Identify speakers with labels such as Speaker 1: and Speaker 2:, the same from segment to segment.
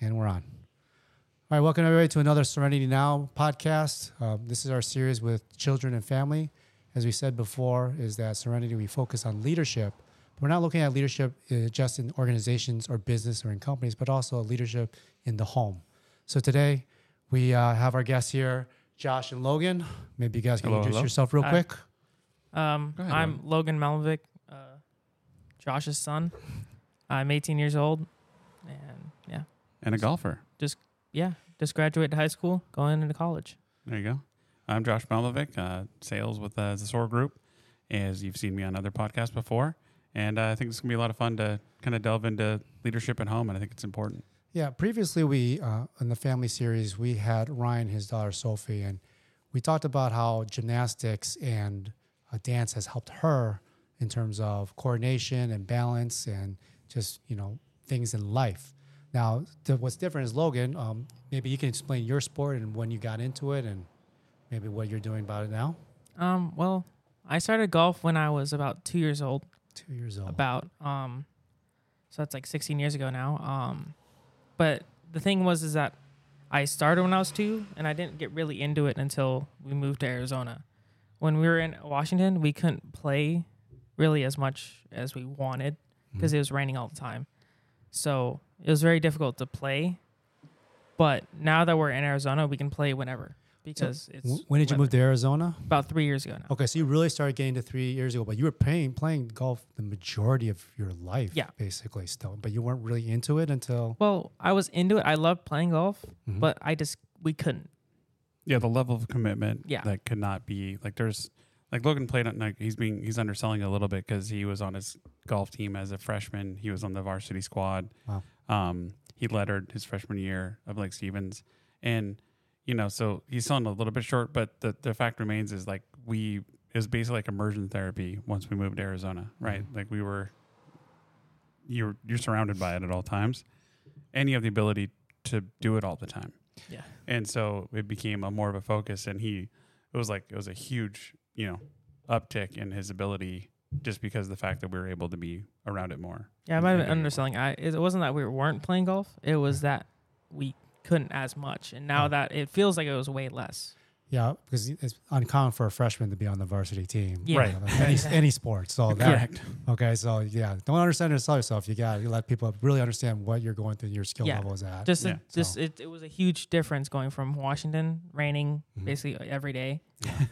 Speaker 1: and we're on. All right, welcome everybody to another Serenity Now podcast. Um, this is our series with children and family. As we said before, is that Serenity we focus on leadership. But we're not looking at leadership uh, just in organizations or business or in companies, but also leadership in the home. So today we uh, have our guests here, Josh and Logan. Maybe you guys can
Speaker 2: Hello,
Speaker 1: introduce
Speaker 2: hello.
Speaker 1: yourself real
Speaker 3: Hi.
Speaker 1: quick.
Speaker 3: Um,
Speaker 2: Go ahead,
Speaker 3: I'm Logan Malvic, uh, Josh's son. I'm 18 years old, and yeah,
Speaker 2: and a golfer.
Speaker 3: yeah, just graduated high school, going into college.
Speaker 2: There you go. I'm Josh Maldovic, uh, sales with uh, Zesor Group, as you've seen me on other podcasts before. And uh, I think it's going to be a lot of fun to kind of delve into leadership at home, and I think it's important.
Speaker 1: Yeah, previously we uh, in the family series we had Ryan, his daughter Sophie, and we talked about how gymnastics and uh, dance has helped her in terms of coordination and balance and just you know things in life. Now, th- what's different is Logan. Um, maybe you can explain your sport and when you got into it, and maybe what you're doing about it now.
Speaker 3: Um, well, I started golf when I was about two years old.
Speaker 1: Two years old.
Speaker 3: About um, so that's like 16 years ago now. Um, but the thing was is that I started when I was two, and I didn't get really into it until we moved to Arizona. When we were in Washington, we couldn't play really as much as we wanted
Speaker 1: Mm-hmm.
Speaker 3: because it was raining all the time. So it was very difficult to play. But now that we're in Arizona, we can play whenever because it's.
Speaker 1: W- when did you move
Speaker 3: weather.
Speaker 1: to Arizona?
Speaker 3: About three years ago now.
Speaker 1: Okay, so you really started getting to three years ago, but you were playing playing golf the majority of your life,
Speaker 3: Yeah.
Speaker 1: basically still. But you weren't really into it until
Speaker 3: Well, I was into it. I loved playing golf,
Speaker 1: Mm-hmm.
Speaker 3: but I just we couldn't.
Speaker 2: Yeah, the level of commitment
Speaker 3: Yeah.
Speaker 2: that could not be like there's like Logan played on like he's being he's underselling a little bit because he was on his golf team as a freshman. He was on the varsity squad.
Speaker 1: Wow.
Speaker 2: Um, he lettered his freshman year of Lake Stevens, and you know so he's selling a little bit short. But the the fact remains is like we it was basically like immersion therapy once we moved to Arizona, right? Like we were you're you're surrounded by it at all times, and you have the ability to do it all the time
Speaker 3: Yeah.
Speaker 2: and so it became a more of a focus and he it was like it was a huge you know uptick in his ability just because of the fact that we were able to be around it more
Speaker 3: Yeah, I might have been
Speaker 2: Maybe.
Speaker 3: underselling. I it wasn't that we weren't playing golf. It was that we couldn't as much, and now
Speaker 1: Yeah.
Speaker 3: that it feels like it was way less.
Speaker 1: yeah, because it's uncommon for a freshman to be on the varsity team,
Speaker 3: Yeah.
Speaker 2: Right.
Speaker 1: Like any, any sport, so that
Speaker 2: correct
Speaker 1: okay, so yeah, don't understand or sell yourself. You got to let people really understand what you're going through, your skill
Speaker 3: Yeah.
Speaker 1: level is at.
Speaker 3: Just
Speaker 2: Yeah.
Speaker 3: a, just it, it was a huge difference going from Washington raining
Speaker 2: Mm-hmm.
Speaker 3: basically every day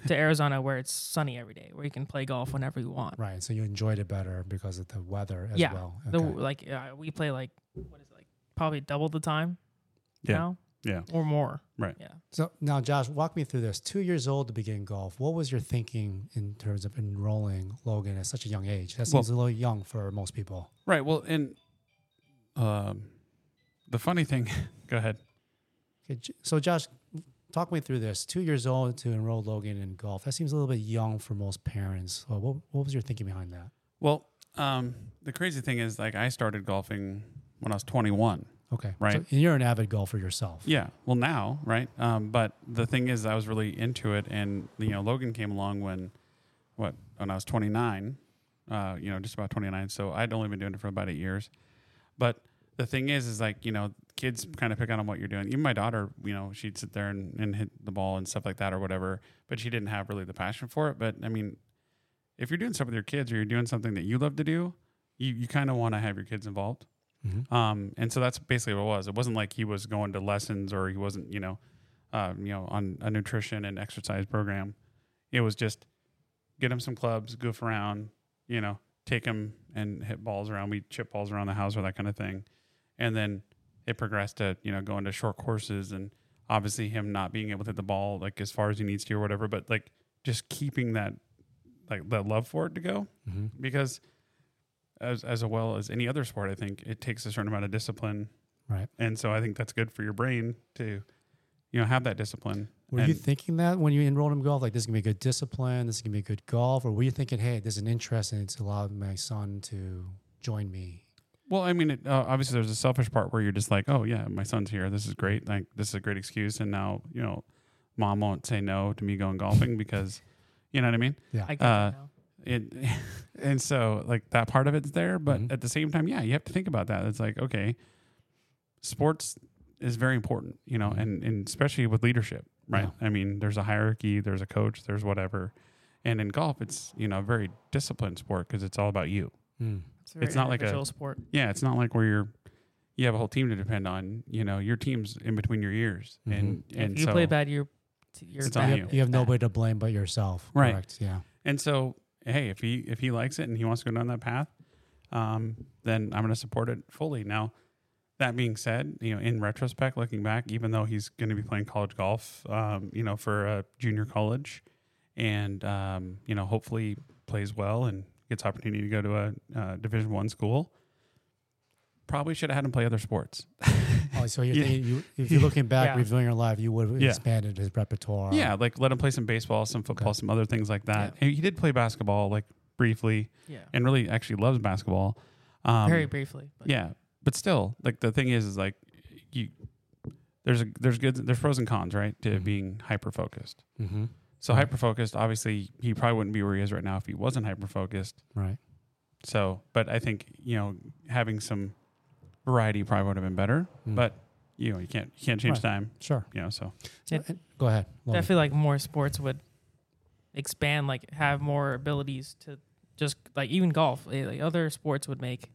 Speaker 3: to Arizona where it's sunny every day, where you can play golf whenever you want.
Speaker 1: right, so you enjoyed it better because of the weather as
Speaker 3: Yeah.
Speaker 1: well.
Speaker 3: The,
Speaker 1: Okay.
Speaker 3: like uh, we play like what is it like probably double the time
Speaker 2: Yeah.
Speaker 3: now
Speaker 2: yeah
Speaker 3: or more.
Speaker 2: Right.
Speaker 3: Yeah.
Speaker 1: So now, Josh, walk me through this. Two years old to begin golf. What was your thinking in terms of enrolling Logan at such a young age? That
Speaker 2: Well-
Speaker 1: seems a little young for most people.
Speaker 2: right well and um the funny thing go ahead
Speaker 1: Okay, J- so, Josh, talk me through this. Two years old to enroll Logan in golf. That seems a little bit young for most parents. So what, what was your thinking behind that?
Speaker 2: well um the crazy thing is like i started golfing when i was 21
Speaker 1: Okay,
Speaker 2: Right.
Speaker 1: So, and you're an avid golfer yourself.
Speaker 2: Yeah. Well, now, right? Um, but the thing is, I was really into it, and you know, Logan came along when, what, when I was 29, uh, you know, just about 29. So I'd only been doing it for about eight years. But the thing is, is like you know, kids kind of pick out on what you're doing. Even my daughter, you know, she'd sit there and, and hit the ball and stuff like that or whatever, but she didn't have really the passion for it. But I mean, if you're doing stuff with your kids or you're doing something that you love to do, you, you kind of want to have your kids involved.
Speaker 1: Mhm.
Speaker 2: Um, and so that's basically what it was. It wasn't like he was going to lessons or he wasn't, you know, um, you know, on a nutrition and exercise program. It was just get him some clubs, goof around, you know, take him and hit balls around. We chip balls around the house or that kind of thing. And then it progressed to, you know, going to short courses and obviously him not being able to hit the ball like as far as he needs to or whatever, but like just keeping that like that love for it to go
Speaker 1: Mhm.
Speaker 2: because as as well as any other sport, I think it takes a certain amount of discipline.
Speaker 1: Right.
Speaker 2: And so I think that's good for your brain to, you know, have that discipline.
Speaker 1: Were you
Speaker 2: And-
Speaker 1: thinking that when you enrolled him in golf, like this is gonna be good discipline, this is gonna be good golf, or were you thinking, hey, there's an interest and it's allowed my son to join me
Speaker 2: Well, I mean, it, uh, obviously, there's a selfish part where you're just like, oh yeah, my son's here. This is great. Like, this is a great excuse. And now, you know, mom won't say no to me going golfing because, you know what I mean.
Speaker 3: I get
Speaker 2: Uh,
Speaker 3: that now.
Speaker 2: It, and so like that part of it's there, but
Speaker 1: Mhm.
Speaker 2: at the same time, yeah, you have to think about that. It's like okay, sports is very important, you know, and, and especially with leadership, right? I mean, there's a hierarchy, there's a coach, there's whatever. And in golf, it's, you know, a very disciplined sport because it's all about you.
Speaker 1: Mm.
Speaker 3: It's, a very
Speaker 2: It's not like a-
Speaker 3: individual sport.
Speaker 2: Yeah, it's not like where you're you have a whole team to depend on. You know, your team's in between your ears, and and
Speaker 3: if you
Speaker 2: so
Speaker 3: play bad, you're you're
Speaker 2: It's
Speaker 1: You
Speaker 2: on
Speaker 3: bad.
Speaker 1: have, you have nobody to blame but yourself.
Speaker 2: Right.
Speaker 1: Correct. Yeah.
Speaker 2: and so hey, if he if he likes it and he wants to go down that path, um, then I'm going to support it fully. Now, that being said, you know, in retrospect, looking back, even though he's going to be playing college golf, um, you know, for a junior college, and um, you know, hopefully plays well and gets opportunity to go to a uh, Division One school. Probably should have had him play other sports.
Speaker 1: Oh, so you're
Speaker 2: Yeah.
Speaker 1: thinking you, if you're looking back,
Speaker 3: Yeah.
Speaker 1: reviewing your life, you would have
Speaker 2: Yeah.
Speaker 1: expanded his repertoire.
Speaker 2: Yeah, like let him play some baseball, some football, some other things like that. And He did play basketball like briefly,
Speaker 3: Yeah,
Speaker 2: and really actually loves basketball. Um,
Speaker 3: very briefly. But
Speaker 2: yeah, but still, like the thing is, is like you there's a there's good there's pros and cons, right, to
Speaker 1: Mhm.
Speaker 2: being hyper focused.
Speaker 1: Mm-hmm.
Speaker 2: So
Speaker 1: Right.
Speaker 2: hyper focused, obviously, he probably wouldn't be where he is right now if he wasn't hyper focused.
Speaker 1: Right.
Speaker 2: So, but I think you know having some variety probably would have been better.
Speaker 1: Mm.
Speaker 2: But you know you can't you can't change
Speaker 1: Right.
Speaker 2: time.
Speaker 1: Sure. Uh,
Speaker 2: You know, so
Speaker 1: Go ahead. Logan.
Speaker 3: I feel like more sports would expand, like have more abilities to just like even golf. eh, Like other sports would make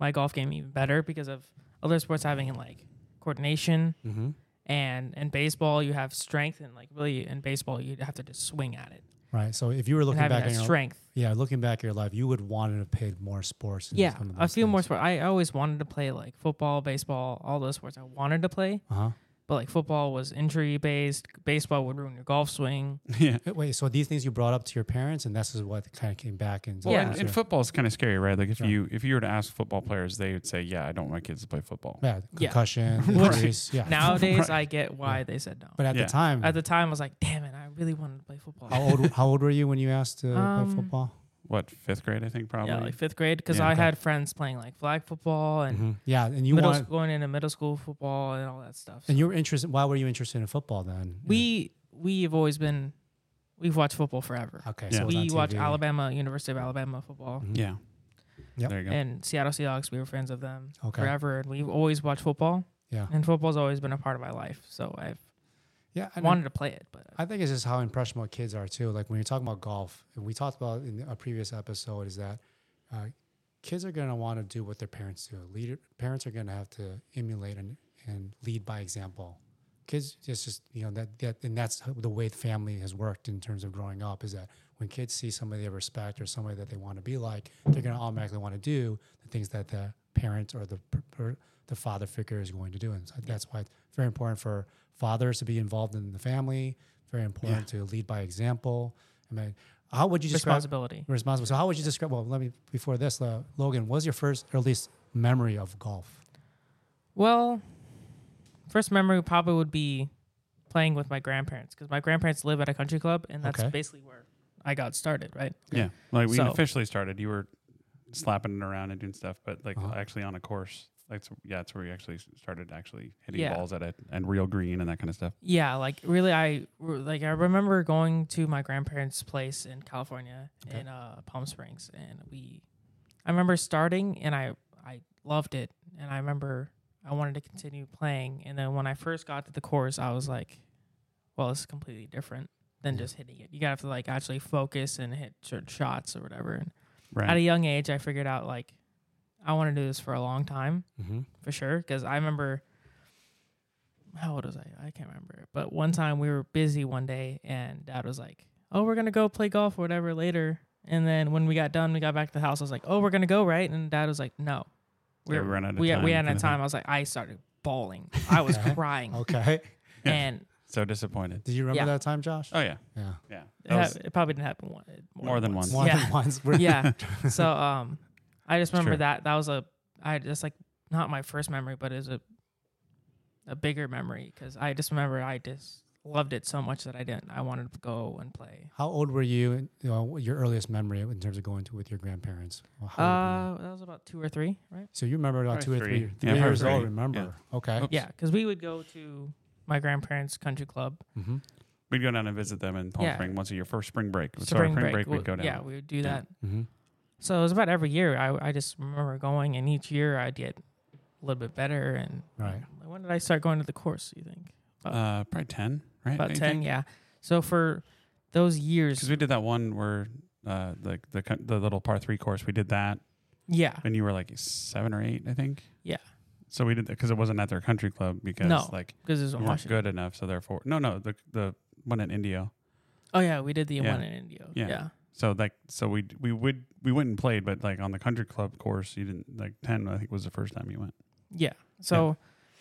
Speaker 3: my golf game even better because of other sports having like coordination
Speaker 2: Mm-hmm.
Speaker 1: Mhm.
Speaker 3: and in baseball you have strength and like really in baseball you have to just swing at it.
Speaker 1: Right. So if you were
Speaker 3: And
Speaker 1: looking
Speaker 3: having
Speaker 1: back
Speaker 3: that
Speaker 1: at your
Speaker 3: strength.
Speaker 1: yeah, looking back at your life, you would want to have played more sports. and
Speaker 3: Yeah,
Speaker 1: some of
Speaker 3: I
Speaker 1: those
Speaker 3: feel more
Speaker 1: things.
Speaker 3: sport. I always wanted to play like football, baseball, all those sports I wanted to play,
Speaker 1: Uh-huh.
Speaker 3: but like football was injury based. Baseball would ruin your golf swing.
Speaker 2: yeah.
Speaker 1: Uh, Wait, so these things you brought up to your parents, and this is what kind of came back and
Speaker 2: Well,
Speaker 3: Yeah.
Speaker 2: and, and football is kind of scary, right? Like if
Speaker 1: Sure.
Speaker 2: you if you were to ask football players, they would say, "Yeah, I don't want my kids to play football."
Speaker 1: yeah,
Speaker 3: Yeah.
Speaker 1: concussion,
Speaker 2: Right.
Speaker 1: injuries, yeah.
Speaker 3: Nowadays,
Speaker 2: Right.
Speaker 3: I get why they said no.
Speaker 1: but at
Speaker 2: Yeah.
Speaker 1: the time,
Speaker 3: At the time, I was like, "Damn it, I really wanted to play football."
Speaker 1: Mm-hmm. how old how old were you when you asked to play
Speaker 3: Um,
Speaker 1: football?
Speaker 2: What fifth grade, I think, probably.
Speaker 3: yeah, like fifth grade, because
Speaker 2: Yeah,
Speaker 3: I
Speaker 2: okay.
Speaker 3: had friends playing like flag football and
Speaker 2: Mm-hmm.
Speaker 1: Mhm. Yeah, and you
Speaker 3: middle
Speaker 1: want
Speaker 3: going into middle school football and all that stuff.
Speaker 1: and
Speaker 3: So
Speaker 1: you were interested. Why were you interested in football then?
Speaker 3: we we have always been we've watched football forever.
Speaker 1: okay,
Speaker 2: Yeah.
Speaker 1: so it was
Speaker 3: we
Speaker 1: on
Speaker 3: watch
Speaker 1: TV.
Speaker 3: Alabama University of Alabama football
Speaker 1: Mhm.
Speaker 2: yeah.
Speaker 1: Yep.
Speaker 2: There you go.
Speaker 3: and Seattle Seahawks. We were friends of them
Speaker 1: Okay.
Speaker 3: forever, and we've always watched football.
Speaker 1: Yeah.
Speaker 3: and football's always been a part of my life. So I've
Speaker 1: Yeah, and
Speaker 3: wanted to play it, but
Speaker 1: I think it's just how impressionable kids are too. Like when you're talking about golf, and we talked about in a previous episode, is that uh, kids are going to want to do what their parents do. Leader, parents are going to have to emulate and, and lead by example. Kids, it's just you know that that and that's how- the way the family has worked in terms of growing up. Is that when kids see somebody they respect or somebody that they want to be like, they're going to automatically want to do the things that the parent or the per- per- the father figure is going to do, and so that's why it's very important for fathers to be involved in the family. Very important to lead by example. I mean, how would you describe
Speaker 3: responsibility.
Speaker 1: responsible. So how would you describe? Well, let me before this, uh, Logan. What was your first earliest memory of golf?
Speaker 3: Well, first memory probably would be playing with my grandparents because my grandparents live at a country club, and that's
Speaker 1: Okay.
Speaker 3: basically where I got started. Right?
Speaker 2: Yeah. Like we
Speaker 3: So-
Speaker 2: officially started, you were slapping it around and doing stuff, but like
Speaker 1: Uh-huh.
Speaker 2: actually on a course. Like so- yeah, that's where we actually started actually hitting
Speaker 3: Yeah.
Speaker 2: balls at it and real green and that kind of stuff.
Speaker 3: Yeah, like really, I re- like I remember going to my grandparents' place in California
Speaker 1: Okay.
Speaker 3: in uh, Palm Springs, and we, I remember starting, and I I loved it, and I remember I wanted to continue playing, and then when I first got to the course, I was like, well, this is completely different than
Speaker 1: Yeah.
Speaker 3: just hitting it. You gotta have to like actually focus and hit certain shots or whatever. And
Speaker 2: Right.
Speaker 3: at a young age, I figured out like I want to do this for a long time
Speaker 1: Mm-hmm.
Speaker 3: for sure. Because I remember, how old was I? I can't remember. But one time we were busy one day, and Dad was like, "Oh, we're gonna go play golf or whatever later." And then when we got done, we got back to the house. I was like, "Oh, we're gonna go right?" And Dad was like, "No,
Speaker 2: Yeah, we ran out of
Speaker 3: we,
Speaker 2: time
Speaker 3: We ran out
Speaker 2: kinda
Speaker 3: of
Speaker 2: thing.
Speaker 3: time." I was like, I started bawling. I was
Speaker 1: Okay.
Speaker 3: crying,
Speaker 1: Okay.
Speaker 2: Uh-huh. Oh, Yeah.
Speaker 3: and
Speaker 2: so disappointed.
Speaker 1: Did you remember
Speaker 3: Yeah.
Speaker 1: that time, Josh?
Speaker 2: Oh yeah.
Speaker 1: yeah.
Speaker 2: Yeah.
Speaker 3: it,
Speaker 2: That
Speaker 3: ha-
Speaker 2: was-
Speaker 3: it probably didn't happen one,
Speaker 2: More than once.
Speaker 1: More
Speaker 3: Yeah.
Speaker 1: than once. We're,
Speaker 3: yeah. So um, I just
Speaker 2: It's
Speaker 3: remember
Speaker 2: true.
Speaker 3: that that was a I just like not my first memory, but it was a a bigger memory because I just remember I just loved it so much that I didn't. I wanted to go and play.
Speaker 1: How old were you? in- You know, your earliest memory in terms of going to with your grandparents. Well, how old were you?
Speaker 3: Uh, that was about two or three, right?
Speaker 1: So you remember about two
Speaker 2: probably
Speaker 1: or three,
Speaker 2: three.
Speaker 1: three
Speaker 2: Yeah,
Speaker 1: years
Speaker 2: probably
Speaker 1: old.
Speaker 2: three.
Speaker 1: Remember? Okay.
Speaker 2: Oops.
Speaker 3: Yeah, because we would go to my grandparents' country club.
Speaker 2: Oh.
Speaker 1: Mm-hmm.
Speaker 2: We'd go down and visit them in Palm
Speaker 3: Yeah.
Speaker 2: Springs once a year for spring break. So our
Speaker 3: Spring break,
Speaker 2: we'd go
Speaker 3: w-
Speaker 2: down.
Speaker 3: Yeah, we would do that.
Speaker 1: Mm-hmm.
Speaker 3: So it was about every year. I I just remember going, and each year I'd get a little bit better. And
Speaker 1: Right.
Speaker 3: when did I start going to the course? You think
Speaker 2: Uh, probably ten, right?
Speaker 3: about ten? Yeah. So for those
Speaker 2: Because
Speaker 3: years,
Speaker 2: we did that one where uh, the the co- the little par three course we did that,
Speaker 3: yeah,
Speaker 2: and you were like seven or eight, I think.
Speaker 3: Yeah.
Speaker 2: So we did that because it wasn't at their country club because
Speaker 3: No.
Speaker 2: like
Speaker 3: because it's
Speaker 2: we
Speaker 3: in
Speaker 2: weren't
Speaker 3: Washington.
Speaker 2: good enough, so therefore no no the the one in Indio.
Speaker 3: Oh yeah, we did the
Speaker 2: Yeah.
Speaker 3: one in Indio.
Speaker 2: Yeah.
Speaker 3: Yeah.
Speaker 2: So like so we we would we went and played, but like on the country club course you didn't like ten I think was the first time you went.
Speaker 3: Yeah. So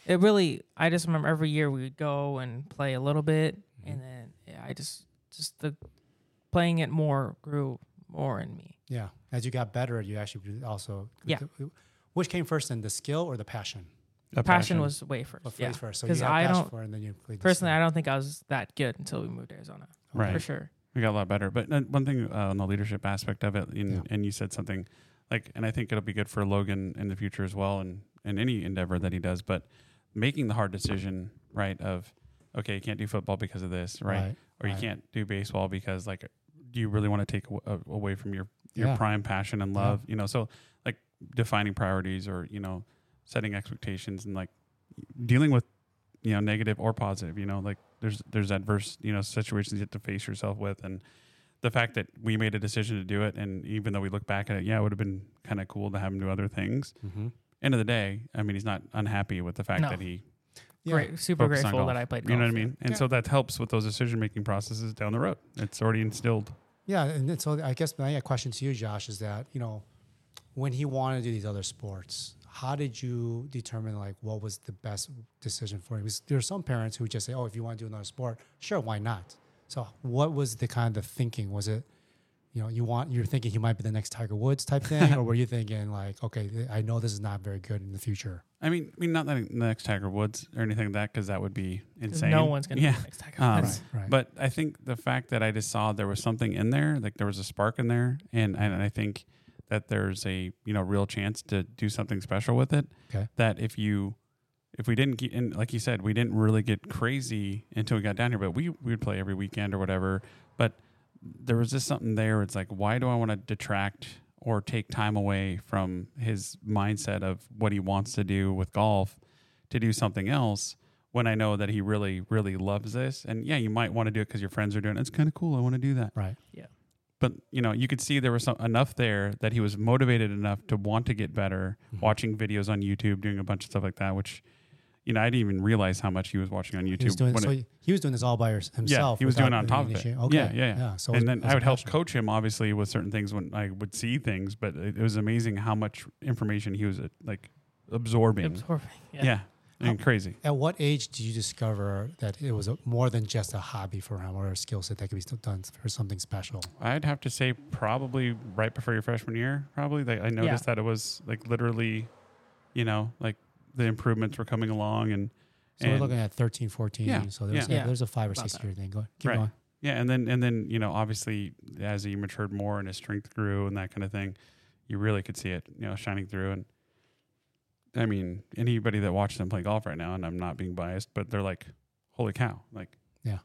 Speaker 3: it really, I just remember every year we would go and play a little bit,
Speaker 2: Mm-hmm.
Speaker 3: and then yeah, I just just the playing it more grew more in me.
Speaker 1: Yeah. As you got better, you actually would also.
Speaker 3: Yeah.
Speaker 1: Which came first, then the skill or the passion?
Speaker 2: The
Speaker 3: Passion, was way first.
Speaker 1: What
Speaker 3: yeah.
Speaker 1: phrase first? So you
Speaker 3: Because
Speaker 1: had
Speaker 3: I
Speaker 1: passion
Speaker 3: don't
Speaker 1: for, it, and then you played the
Speaker 3: personally,
Speaker 1: skill.
Speaker 3: I don't think I was that good until we moved to Arizona.
Speaker 2: right.
Speaker 3: For sure.
Speaker 2: We got a lot better. But uh, one thing uh, on the leadership aspect of it, and,
Speaker 1: Yeah.
Speaker 2: and you said something like, and I think it'll be good for Logan in the future as well, and in any endeavor that he does. But making the hard decision, right? Of okay, you can't do football because of this, right? or you
Speaker 1: right.
Speaker 2: can't do baseball because like, do you really want to take aw- a- away from your your
Speaker 1: Yeah.
Speaker 2: prime passion and
Speaker 1: Yeah.
Speaker 2: love? You know, so like defining priorities or you know setting expectations and like dealing with you know negative or positive you know like there's there's adverse you know situations you have to face yourself with and the fact that we made a decision to do it and even though we look back at it yeah it would have been kind of cool to have him do other things
Speaker 1: Mm-hmm.
Speaker 2: end of the day i mean he's not unhappy with the fact
Speaker 3: No.
Speaker 2: that he
Speaker 1: Yeah.
Speaker 3: Great, super
Speaker 2: focused on
Speaker 3: grateful that
Speaker 2: golf.
Speaker 3: I played.
Speaker 2: you know what i
Speaker 3: golf, yeah.
Speaker 2: mean and
Speaker 1: Yeah.
Speaker 2: so that helps with those decision making processes down the road it's already instilled
Speaker 1: Yeah, and then- so I guess my question to you, Josh, is that you know, when he wanted to do these other sports, how did you determine like what was the best decision for him? Because there are some parents who just say, "Oh, if you want to do another sport, sure, why not?" So, what was the kind of thinking? Was it, you know, you want you're thinking he might be the next Tiger Woods type thing, or were you thinking like, okay, th- I know this is not very good in the future?
Speaker 2: i mean i mean not that the next tiger woods or anything like that because that would be
Speaker 3: 'Cause
Speaker 2: insane
Speaker 3: No one's gonna
Speaker 2: yeah
Speaker 3: be the next Tiger
Speaker 2: Um,
Speaker 3: Woods.
Speaker 1: Right.
Speaker 2: But I think the fact that I just saw there was something in there, like there was a spark in there, and and I think that there's a you know real chance to do something special with it.
Speaker 1: Okay.
Speaker 2: That if you if we didn't get and like you said, we didn't really get crazy until we got down here, but we we would play every weekend or whatever. But there was just something there. It's like, why do I want to detract or take time away from his mindset of what he wants to do with golf to do something else when I know that he really, really loves this? And yeah, you might want to do it because your friends are doing it. It's kind of cool. I want to do that.
Speaker 1: right.
Speaker 2: But you know, you could see there was some, enough there that he was motivated enough to want to get better,
Speaker 1: Mm-hmm.
Speaker 2: watching videos on YouTube, doing a bunch of stuff like that. Which, you know, I didn't even realize how much he was watching on YouTube.
Speaker 1: He was doing
Speaker 2: when
Speaker 1: so
Speaker 2: it-
Speaker 1: he, he was doing this all by hers-
Speaker 2: yeah,
Speaker 1: himself.
Speaker 2: he was doing it
Speaker 1: without
Speaker 2: on top of it.
Speaker 1: initiate- Okay.
Speaker 2: Yeah, yeah, yeah.
Speaker 1: So it was-
Speaker 2: and then
Speaker 1: it was
Speaker 2: I
Speaker 1: a
Speaker 2: would help
Speaker 1: passion.
Speaker 2: coach him, obviously, with certain things when I would see things. But it, it was amazing how much information he was uh, like absorbing.
Speaker 3: Absorbing. Yeah.
Speaker 2: yeah. and crazy.
Speaker 1: At what age did you discover that it was a, more than just a hobby for him or a skill set that could be still done for something special?
Speaker 2: I'd have to say probably right before your freshman year. Probably like I noticed that it was like literally, you know, like the improvements were coming along and
Speaker 1: So
Speaker 2: and
Speaker 1: we're looking at 13, 14.
Speaker 2: Yeah,
Speaker 1: so there's,
Speaker 3: yeah.
Speaker 1: a, there's a five or
Speaker 3: About
Speaker 1: six
Speaker 3: that.
Speaker 1: year thing. Go ahead. Keep
Speaker 2: Right.
Speaker 1: going.
Speaker 2: Yeah, and then and then you know obviously as he matured more and his strength grew and that kind of thing, you really could see it you know shining through. And I mean anybody that watches him play golf right now, and I'm not being biased, but they're like, holy cow, like
Speaker 1: Yeah.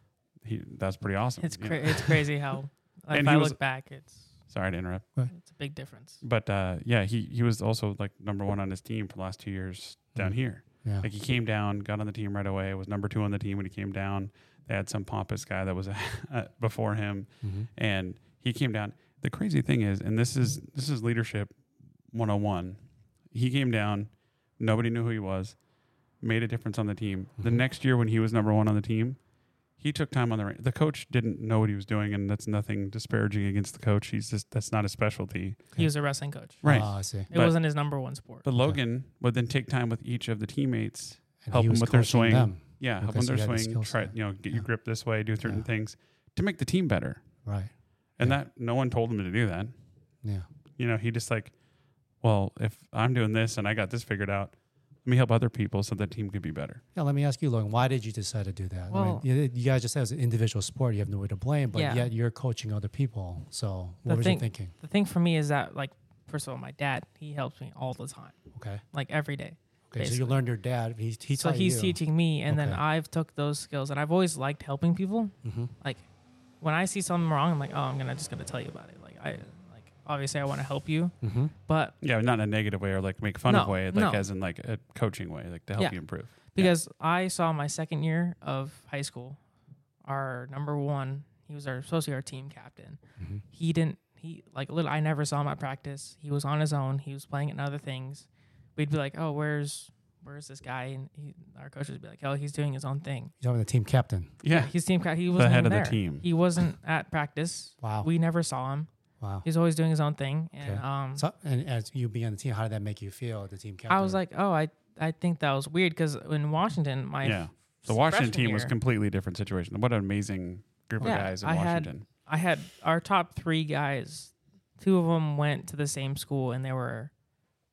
Speaker 2: he that's pretty awesome.
Speaker 3: It's
Speaker 2: you
Speaker 3: cra-
Speaker 2: know?
Speaker 3: it's crazy how like,
Speaker 2: And
Speaker 3: if I
Speaker 2: he was-
Speaker 3: look back, it's
Speaker 2: Sorry to interrupt,
Speaker 3: it's a big difference.
Speaker 2: but uh, yeah, he he was also like number one on his team for the last two years down
Speaker 1: Mhm.
Speaker 2: here.
Speaker 1: Yeah.
Speaker 2: Like he came down, got on the team right away, was number two on the team when he came down. They had some pompous guy that was before him.
Speaker 1: hmm
Speaker 2: and he came down the crazy thing is and this is this is leadership 101 he came down nobody knew who he was made a difference on the team the
Speaker 1: Mhm.
Speaker 2: next year when he was number one on the team he took time on the range. the coach didn't know what he was doing and that's nothing disparaging against the coach he's just that's not his specialty
Speaker 1: Okay.
Speaker 3: He was a wrestling coach.
Speaker 2: right
Speaker 1: Oh, I see. And
Speaker 3: It
Speaker 2: But-
Speaker 3: wasn't his number one sport.
Speaker 2: but logan would then take time with each of the teammates
Speaker 1: he
Speaker 2: Help 'em
Speaker 1: was
Speaker 2: with their
Speaker 1: coaching
Speaker 2: swing.
Speaker 1: them.
Speaker 2: yeah help
Speaker 1: Okay,
Speaker 2: on
Speaker 1: so
Speaker 2: their
Speaker 1: you had the
Speaker 2: swing
Speaker 1: skill
Speaker 2: try
Speaker 1: set.
Speaker 2: you know get your
Speaker 1: Yeah.
Speaker 2: grip this way do certain
Speaker 1: Yeah.
Speaker 2: things to make the team better
Speaker 1: Right.
Speaker 2: and
Speaker 1: Yeah.
Speaker 2: that no one told him to do that
Speaker 1: Yeah.
Speaker 2: you know, he just like, well, if I'm doing this and I got this figured out, let me help other people so the team could be better.
Speaker 1: Yeah. Let me ask you, Logan, why did you decide to do that?
Speaker 3: Well-
Speaker 1: I mean, you, you guys just said it's an individual sport. You have no way to blame, but
Speaker 3: Yeah.
Speaker 1: yet you're coaching other people. So what
Speaker 3: The
Speaker 1: was
Speaker 3: thing-
Speaker 1: you thinking?
Speaker 3: the thing for me is that like first of all, my dad he helps me all the time,
Speaker 1: Okay.
Speaker 3: like every day.
Speaker 1: Okay. So you
Speaker 3: Basically.
Speaker 1: learned your dad. He, he
Speaker 3: so
Speaker 1: taught
Speaker 3: he's
Speaker 1: you.
Speaker 3: teaching me, and then
Speaker 1: Okay.
Speaker 3: I've took those skills, and I've always liked helping people.
Speaker 1: Mm-hmm.
Speaker 3: Like when I see something wrong, I'm like, oh, I'm gonna just gonna tell you about it. Like I like obviously I want to help you,
Speaker 1: Mm-hmm.
Speaker 3: but
Speaker 2: Yeah, not in a negative way or like make fun of
Speaker 3: No,
Speaker 2: way, like
Speaker 3: no.
Speaker 2: as in like a coaching way, like to help
Speaker 3: Yeah.
Speaker 2: you improve.
Speaker 3: because I saw my second year of high school, our number one, he was our supposed to be our team captain.
Speaker 2: Mm-hmm.
Speaker 1: Mhm.
Speaker 3: He didn't he like little I never saw him at practice. He was on his own. He was playing in other things. We'd be like, oh, where's where's this guy? And he, our coaches would be like, oh, he's doing his own thing.
Speaker 1: You're talking the team captain.
Speaker 2: Yeah.
Speaker 3: His team captain. He wasn't
Speaker 2: head
Speaker 3: even
Speaker 2: of the
Speaker 3: there.
Speaker 2: team.
Speaker 3: He wasn't at practice.
Speaker 1: Wow.
Speaker 3: We never saw him.
Speaker 1: wow.
Speaker 3: He's always doing his own thing. And
Speaker 1: Okay.
Speaker 3: um,
Speaker 1: So, and as you being on the team, how did that make you feel? The team captain.
Speaker 3: I was like, oh, I I think that was weird because in Washington, my
Speaker 2: Yeah. The
Speaker 3: freshman
Speaker 2: Washington team was
Speaker 3: year-
Speaker 2: completely different situation. What an amazing group
Speaker 3: Yeah,
Speaker 2: of guys in
Speaker 3: I had-
Speaker 2: Washington.
Speaker 3: I had our top three guys. Two of them went to the same school and they were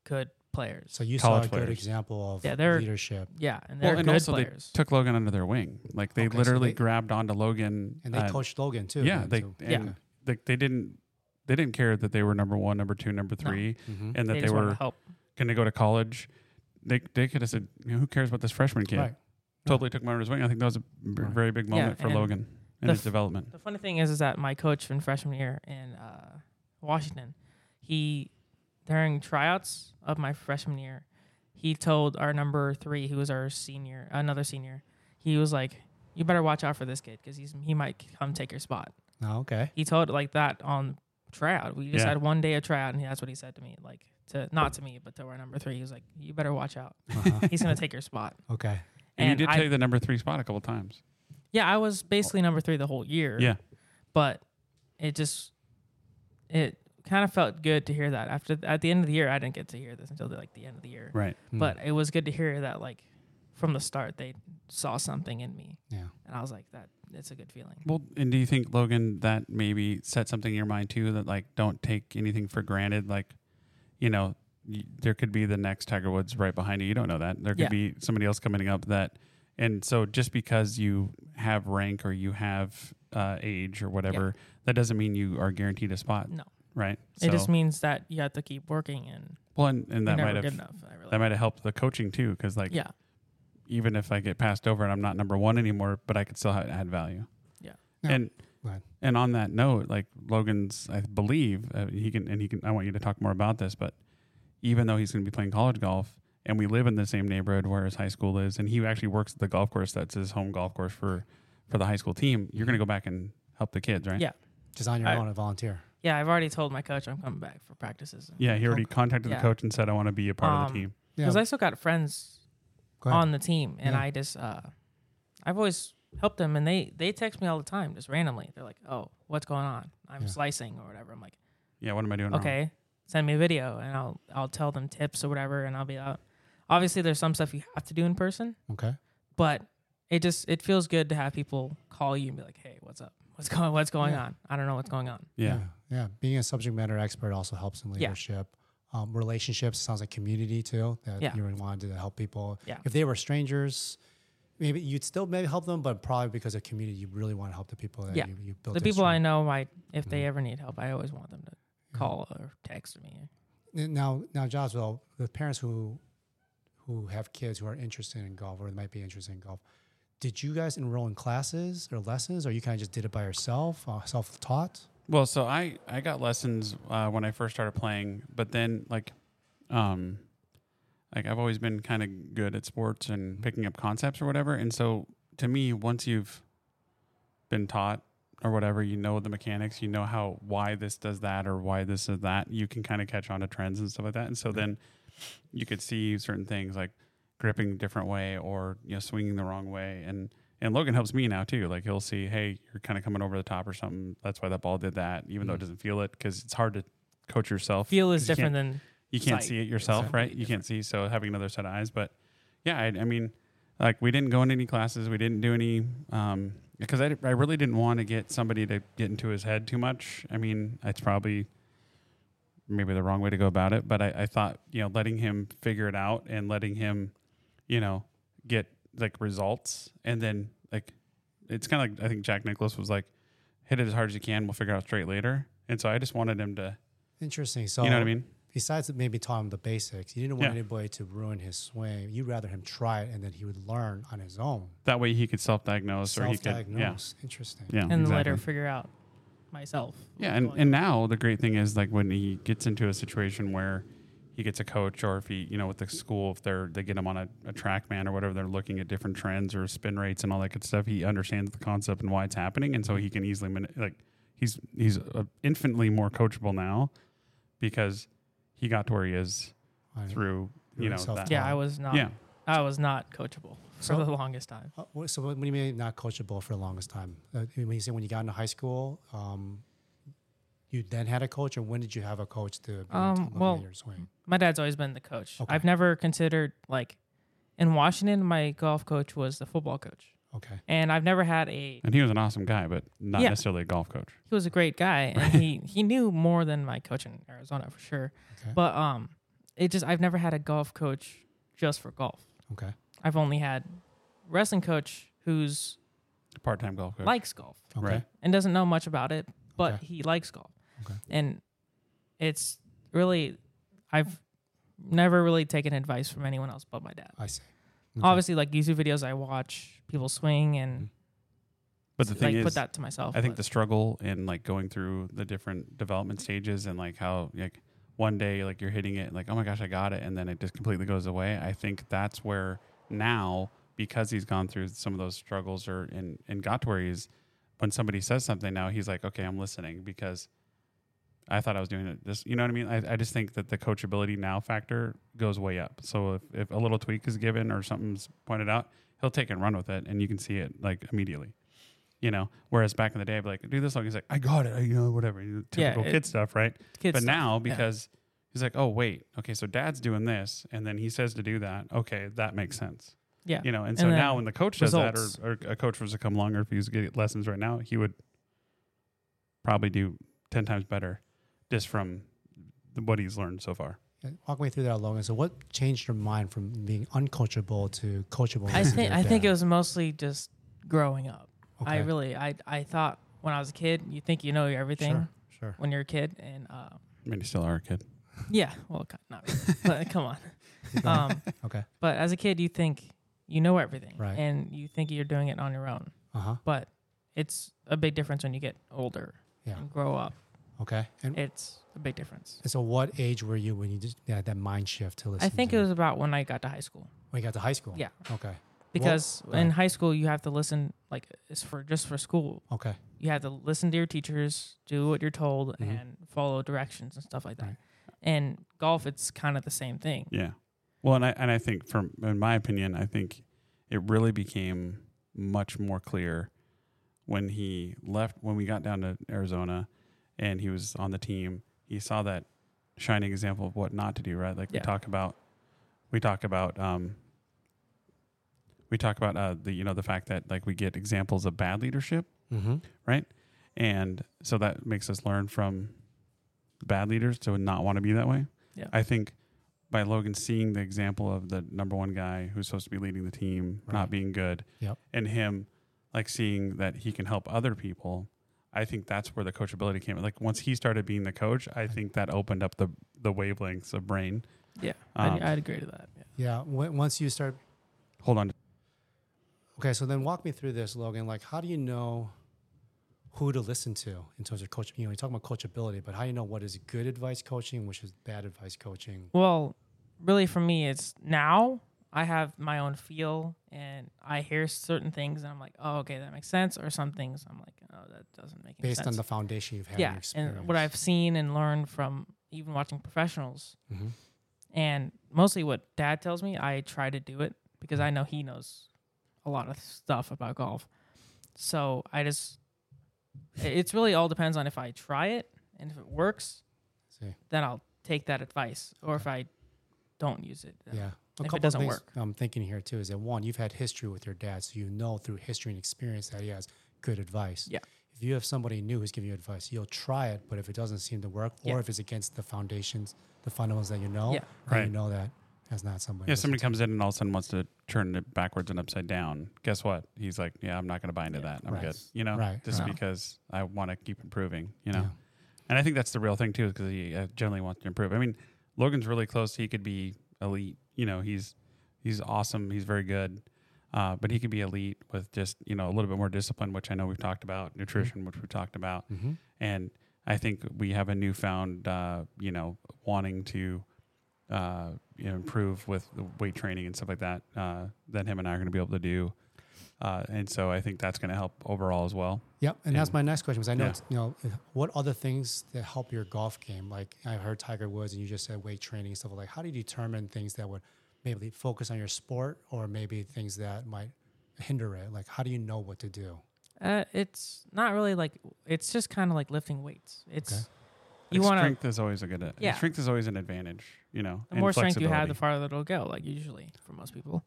Speaker 3: good players.
Speaker 1: so you saw a
Speaker 2: college
Speaker 1: good
Speaker 2: players.
Speaker 1: example of
Speaker 3: Yeah, they're-
Speaker 1: leadership,
Speaker 3: yeah, and they're
Speaker 2: Well, and
Speaker 3: good
Speaker 2: also
Speaker 3: players.
Speaker 2: they took Logan under their wing. Like they
Speaker 1: Okay, so
Speaker 2: literally
Speaker 1: they-
Speaker 2: grabbed onto Logan.
Speaker 1: and they
Speaker 2: uh,
Speaker 1: coached Logan too.
Speaker 2: Yeah, they
Speaker 1: So,
Speaker 2: and
Speaker 3: Yeah.
Speaker 2: They, they didn't they didn't care that they were number one, number two, number
Speaker 3: No.
Speaker 2: three,
Speaker 1: mhm.
Speaker 2: and that
Speaker 3: They
Speaker 2: they,
Speaker 3: just wanted
Speaker 2: were
Speaker 3: to help.
Speaker 2: going to go to college. They they could have said, you know, who cares about this freshman kid?
Speaker 1: Right.
Speaker 2: Totally took him under his wing. I think that was a b-
Speaker 1: Right.
Speaker 2: very big
Speaker 3: Yeah,
Speaker 2: moment for
Speaker 3: and
Speaker 2: Logan in
Speaker 3: the
Speaker 2: his
Speaker 3: f-
Speaker 2: development.
Speaker 3: The funny thing is, is that my coach in freshman year in uh, Washington, he during tryouts of my freshman year, he told our number three, who was our senior, another senior, he was like, "You better watch out for this kid because he's he might come take your spot."
Speaker 1: Oh, okay.
Speaker 3: he told it like that on tryout. We just
Speaker 2: Yeah.
Speaker 3: had one day of tryout, and that's what he said to me. Like to not to me, but to our number three. He was like, "You better watch out.
Speaker 1: Uh-huh.
Speaker 3: He's gonna take your spot."
Speaker 1: okay.
Speaker 2: And, you did
Speaker 3: I,
Speaker 2: take the number three spot a couple times.
Speaker 3: yeah, I was basically number three the whole year.
Speaker 2: Yeah.
Speaker 3: but it just it kind of felt good to hear that. After at the end of the year, I didn't get to hear this until the, like the end of the year.
Speaker 2: Right.
Speaker 1: Hmm.
Speaker 3: But it was good to hear that like from the start they saw something in me,
Speaker 1: yeah.
Speaker 3: and I was like, "That it's a good feeling."
Speaker 2: Well, and do you think Logan that maybe set something in your mind too that like don't take anything for granted? Like, you know, y- there could be the next Tiger Woods right behind you. You don't know that. There could
Speaker 3: Yeah.
Speaker 2: be somebody else coming up that, and so just because you have rank or you have uh, age or whatever, that doesn't mean you are guaranteed a spot,
Speaker 3: No,
Speaker 2: right?
Speaker 3: it just means that you have to keep working and
Speaker 2: well, and, and
Speaker 3: you're
Speaker 2: that
Speaker 3: never
Speaker 2: might
Speaker 3: good
Speaker 2: have
Speaker 3: enough. I realized.
Speaker 2: that might have helped the coaching too, because like
Speaker 3: yeah.
Speaker 2: even if I get passed over and I'm not number one anymore, but I could still ha- add value.
Speaker 3: Yeah.
Speaker 1: Yeah.
Speaker 2: And
Speaker 1: Go ahead.
Speaker 2: and on that note, like Logan's, I believe uh, he can, and he can. I want you to talk more about this, but even though he's going to be playing college golf, and we live in the same neighborhood where his high school is, and he actually works at the golf course that's his home golf course for for the high school team, you're going to go back and help the kids, right?
Speaker 3: Yeah.
Speaker 1: Just on your
Speaker 3: I-
Speaker 1: own, a volunteer.
Speaker 3: Yeah, I've already told my coach I'm coming back for practices.
Speaker 2: Yeah. He already contacted
Speaker 3: Yeah.
Speaker 2: the coach and said, "I want to be a part of
Speaker 3: Um,
Speaker 2: the team."
Speaker 1: Yeah.
Speaker 3: Because I still got friends
Speaker 1: Go ahead.
Speaker 3: on the team, and
Speaker 1: Yeah.
Speaker 3: I just, uh, I've always helped them, and they they text me all the time, just randomly. They're like, "Oh, what's going on? I'm
Speaker 1: Yeah.
Speaker 3: slicing or whatever." I'm like,
Speaker 2: Yeah. What am I doing? wrong?
Speaker 3: "Okay, send me a video, and I'll I'll tell them tips or whatever, and I'll be out." Obviously, there's some stuff you have to do in person,
Speaker 1: okay.
Speaker 3: but it just it feels good to have people call you and be like, "Hey, what's up? What's going What's going
Speaker 1: Yeah.
Speaker 3: on? I don't know what's going on."
Speaker 2: Yeah.
Speaker 1: yeah. Yeah. Being a subject matter expert also helps in leadership. Um, relationships sounds like community too. That
Speaker 3: Yeah.
Speaker 1: you really wanted to help people.
Speaker 3: Yeah.
Speaker 1: If they were strangers, maybe you'd still maybe help them, but probably because of community, you really want to help the people that
Speaker 3: Yeah.
Speaker 1: you, you built.
Speaker 3: the people I know, my if they ever need help, I always want them to
Speaker 1: Yeah.
Speaker 3: call or text me.
Speaker 1: now now Joswell, the parents who who have kids who are interested in golf or might be interested in golf. Did you guys enroll in classes or lessons, or you kind of just did it by yourself, uh, self-taught?
Speaker 2: Well, so I I got lessons uh, when I first started playing, but then like, um, like I've always been kind of good at sports and picking up concepts or whatever. And so to me, once you've been taught or whatever, you know the mechanics, you know how why this does that or why this is that. You can kind of catch on to trends and stuff like that. And so then you could see certain things like gripping a different way or you know swinging the wrong way and and Logan helps me now too. Like he'll see, hey, you're kind of coming over the top or something. That's why that ball did that, even though it
Speaker 1: Mhm.
Speaker 2: doesn't feel it because it's hard to coach yourself.
Speaker 3: Hmm. Feel
Speaker 2: You
Speaker 3: is
Speaker 2: can't-
Speaker 3: different than
Speaker 2: you can't
Speaker 3: sight.
Speaker 2: see it yourself,
Speaker 1: Exactly.
Speaker 2: right? You can't see. So having another set of eyes, but yeah, I, I mean, like we didn't go into any classes, we didn't do any, um, because I, I really didn't want to get somebody to get into his head too much. I mean, it's probably maybe the wrong way to go about it, but I, I thought you know letting him figure it out and letting him, you know, get like results and then like it's kind of like I think Jack Nicholas was like hit it as hard as you can, we'll figure it out straight later. And so I just wanted him to,
Speaker 1: Interesting. So
Speaker 2: you
Speaker 3: Uh-huh.
Speaker 2: know what I mean?
Speaker 1: besides maybe taught him the basics, you didn't want
Speaker 2: Yeah.
Speaker 1: anybody to ruin his swing. You'd rather him try it and then he would learn on his own.
Speaker 2: That way he could self-diagnose, or he could, yeah,
Speaker 1: Self-diagnose. Interesting.
Speaker 2: yeah,
Speaker 3: and
Speaker 2: exactly.
Speaker 3: later figure out myself.
Speaker 2: Yeah, and, and now the great thing is like when he gets into a situation where he gets a coach or if he you know with the school if they're they get him on a, a track man or whatever they're looking at different trends or spin rates and all that good stuff he understands the concept and why it's happening and so he can easily mani- like he's he's uh, infinitely more coachable now because he got to where he is
Speaker 1: Right.
Speaker 2: through you
Speaker 1: Really
Speaker 2: know
Speaker 1: self-taught.
Speaker 2: that.
Speaker 3: Yeah,
Speaker 1: Um,
Speaker 3: I was not.
Speaker 2: yeah
Speaker 3: I was not coachable for
Speaker 1: So-
Speaker 3: the longest time.
Speaker 1: Uh, wh- so what do you mean not coachable for the longest time? Uh, when you say when you got into high school, um, you then had a coach, or when did you have a coach to be
Speaker 3: Um,
Speaker 1: looking
Speaker 3: well,
Speaker 1: at your swing?
Speaker 3: My dad's always been the coach.
Speaker 1: Okay.
Speaker 3: I've never considered like in Washington. My golf coach was the football coach,
Speaker 1: Okay,
Speaker 3: and I've never had a.
Speaker 2: and he was an awesome guy but not
Speaker 3: Yeah.
Speaker 2: necessarily a golf coach
Speaker 3: He was a great guy, and he he knew more than my coach in Arizona for sure.
Speaker 1: Okay.
Speaker 3: But um, it just I've never had a golf coach just for golf.
Speaker 1: okay,
Speaker 3: I've only had wrestling coach who's
Speaker 2: part-time golf coach
Speaker 3: likes golf
Speaker 1: okay,
Speaker 2: Right.
Speaker 3: and doesn't know much about it, but
Speaker 1: Okay.
Speaker 3: he likes golf.
Speaker 1: Okay.
Speaker 3: And it's really I've never really taken advice from anyone else but my dad.
Speaker 1: I see.
Speaker 3: Obviously like YouTube videos I watch people swing and
Speaker 2: but the thing
Speaker 3: like put
Speaker 2: is
Speaker 3: that to myself.
Speaker 2: I think
Speaker 3: but-
Speaker 2: the struggle in like going through the different development stages and like how like one day like you're hitting it like oh my gosh I got it and then it just completely goes away. I think that's where now because he's gone through some of those struggles or and and got to where he's when somebody says something now he's like okay I'm listening because I thought I was doing it this you know what I mean I, I just think that the coachability now factor goes way up. So if, if a little tweak is given or something's pointed out he'll take and run with it and you can see it like immediately you know. Whereas back in the day, I'd be like, do this song. He's like, I got it. I, you know, whatever. you know,
Speaker 3: Yeah,
Speaker 2: Typical
Speaker 3: it-
Speaker 2: kid stuff, right?
Speaker 3: kids
Speaker 2: but
Speaker 3: stuff.
Speaker 2: now
Speaker 3: yeah.
Speaker 2: because he's like, oh wait, okay, so dad's doing this, and then he says to do that. Okay, that makes sense.
Speaker 3: Yeah.
Speaker 2: You know, and
Speaker 3: And
Speaker 2: so now
Speaker 3: then
Speaker 2: when the coach does
Speaker 3: results.
Speaker 2: that, or, or a coach was to come along, or if he was getting lessons right now, he would probably do ten times better just from the- what he's learned so far.
Speaker 1: Yeah, Uh, Walk me through that, Logan. So, what changed your mind from being uncoachable to coachable?
Speaker 3: I think I think it was mostly just growing up. I
Speaker 1: Okay.
Speaker 3: really I I thought when I was a kid, you think you know everything
Speaker 1: Sure, sure.
Speaker 3: when you're a kid and um
Speaker 2: I mean, you still are a kid.
Speaker 3: Yeah, well, ki- not really, but come on. Um,
Speaker 1: Okay.
Speaker 3: but as a kid, you think you know everything,
Speaker 1: Right.
Speaker 3: and you think you're doing it on your own.
Speaker 1: Uh huh.
Speaker 3: But it's a big difference when you get older
Speaker 1: Yeah.
Speaker 3: and grow up.
Speaker 1: Okay. And,
Speaker 3: It's a big difference.
Speaker 1: and so, what age were you when you just yeah, that mind shift to listen?
Speaker 3: I think
Speaker 1: to-
Speaker 3: it was about when I got to high school
Speaker 1: when you got to high school.
Speaker 3: Yeah.
Speaker 1: Okay.
Speaker 3: because
Speaker 1: go
Speaker 3: in
Speaker 1: ahead.
Speaker 3: high school you have to listen like it's for just for school.
Speaker 1: Okay.
Speaker 3: You have to listen to your teachers, do what you're told,
Speaker 1: Mhm.
Speaker 3: and follow directions and stuff like that.
Speaker 1: Right.
Speaker 3: And golf, it's kind of the same thing.
Speaker 2: Yeah. Well, and I and I think from in my opinion, I think it really became much more clear when he left when we got down to Arizona and he was on the team. He saw that shining example of what not to do, right? Like
Speaker 3: Yeah.
Speaker 2: we talk about we talk about um we talk about uh the you know the fact that like we get examples of bad leadership
Speaker 1: Mm-hmm.
Speaker 2: and so that makes us learn from the bad leaders to not want to be that way.
Speaker 3: Yeah.
Speaker 2: I think by Logan seeing the example of the number one guy who's supposed to be leading the team,
Speaker 1: Right.
Speaker 2: not being good,
Speaker 1: Yep.
Speaker 2: and him like seeing that he can help other people, I think that's where the coachability came. Like once he started being the coach, I think that opened up the the wavelengths of brain.
Speaker 3: Yeah,
Speaker 2: Um,
Speaker 3: I'd, I'd agree to that. Yeah.
Speaker 1: Yeah. When, once you start
Speaker 2: Hold on.
Speaker 1: Okay, so then walk me through this, Logan. Like, how do you know who to listen to in terms of coaching? You know, you're talking about coachability, but how do you know what is good advice coaching, which is bad advice coaching?
Speaker 3: Well, really for me, it's now I have my own feel and I hear certain things and I'm like, oh, okay, that makes sense. Or some things I'm like, oh, that doesn't make any
Speaker 1: Based on
Speaker 3: sense.
Speaker 1: the foundation you've had, in
Speaker 3: yeah,
Speaker 1: your experience.
Speaker 3: and what I've seen and learned from even watching professionals
Speaker 1: Mhm.
Speaker 3: and mostly what dad tells me, I try to do it because I know he knows a lot of stuff about golf. So I just, it- it's really all depends on if I try it and if it works,
Speaker 1: See.
Speaker 3: then I'll take that advice. Or if I don't use it, then
Speaker 1: yeah,
Speaker 3: if it
Speaker 1: of
Speaker 3: doesn't
Speaker 1: things
Speaker 3: work.
Speaker 1: I'm thinking here too is that one, you've had history with your dad, so you know through history and experience that he has good advice.
Speaker 3: Yeah.
Speaker 1: If you have somebody new who's giving you advice, you'll try it, but if it doesn't seem to work, or
Speaker 3: Yeah.
Speaker 1: if it's against the foundations, the fundamentals that you know,
Speaker 3: Yeah.
Speaker 1: then you
Speaker 2: Right.
Speaker 1: know that that's not somebody. to
Speaker 2: Yeah,
Speaker 1: listen
Speaker 2: somebody comes in and all of a sudden wants to turn it backwards and upside down. Guess what? He's like, yeah, I'm not going to buy into
Speaker 3: Yeah.
Speaker 2: that. I'm
Speaker 1: Right.
Speaker 2: good. You know,
Speaker 1: Right,
Speaker 2: just
Speaker 3: right.
Speaker 2: because I want to keep improving. You know,
Speaker 1: Yeah.
Speaker 2: and I think that's the real thing too, because he uh, generally wants to improve. I mean, Logan's really close. He could be elite. You know, he's he's awesome. He's very good. Uh, but he could be elite with just you know a little bit more discipline, which I know we've talked about, nutrition, which we've talked about,
Speaker 1: Mm-hmm.
Speaker 2: and I think we have a newfound, uh, you know, wanting to uh, you know, improve with the weight training and stuff like that uh, that him and I are going to be able to do. Uh, and so I think that's going to help overall as well.
Speaker 1: Yep, and that's
Speaker 2: And-
Speaker 1: my next question because I know
Speaker 2: yeah.
Speaker 1: it's, you know what other things that help your golf game. Like I heard Tiger Woods, and you just said weight training and stuff like. How do you determine things that would maybe focus on your sport, or maybe things that might hinder it? Like how do you know what to do?
Speaker 3: Uh, it's not really like it's just kind of like lifting weights. It's
Speaker 1: Okay.
Speaker 3: you
Speaker 2: Like,
Speaker 3: want to
Speaker 2: strength is always a good uh,
Speaker 3: Yeah.
Speaker 2: strength is always an advantage, you know.
Speaker 3: the
Speaker 2: and
Speaker 3: more strength you have, the
Speaker 2: flexibility.
Speaker 3: farther it'll go. Like usually for most people,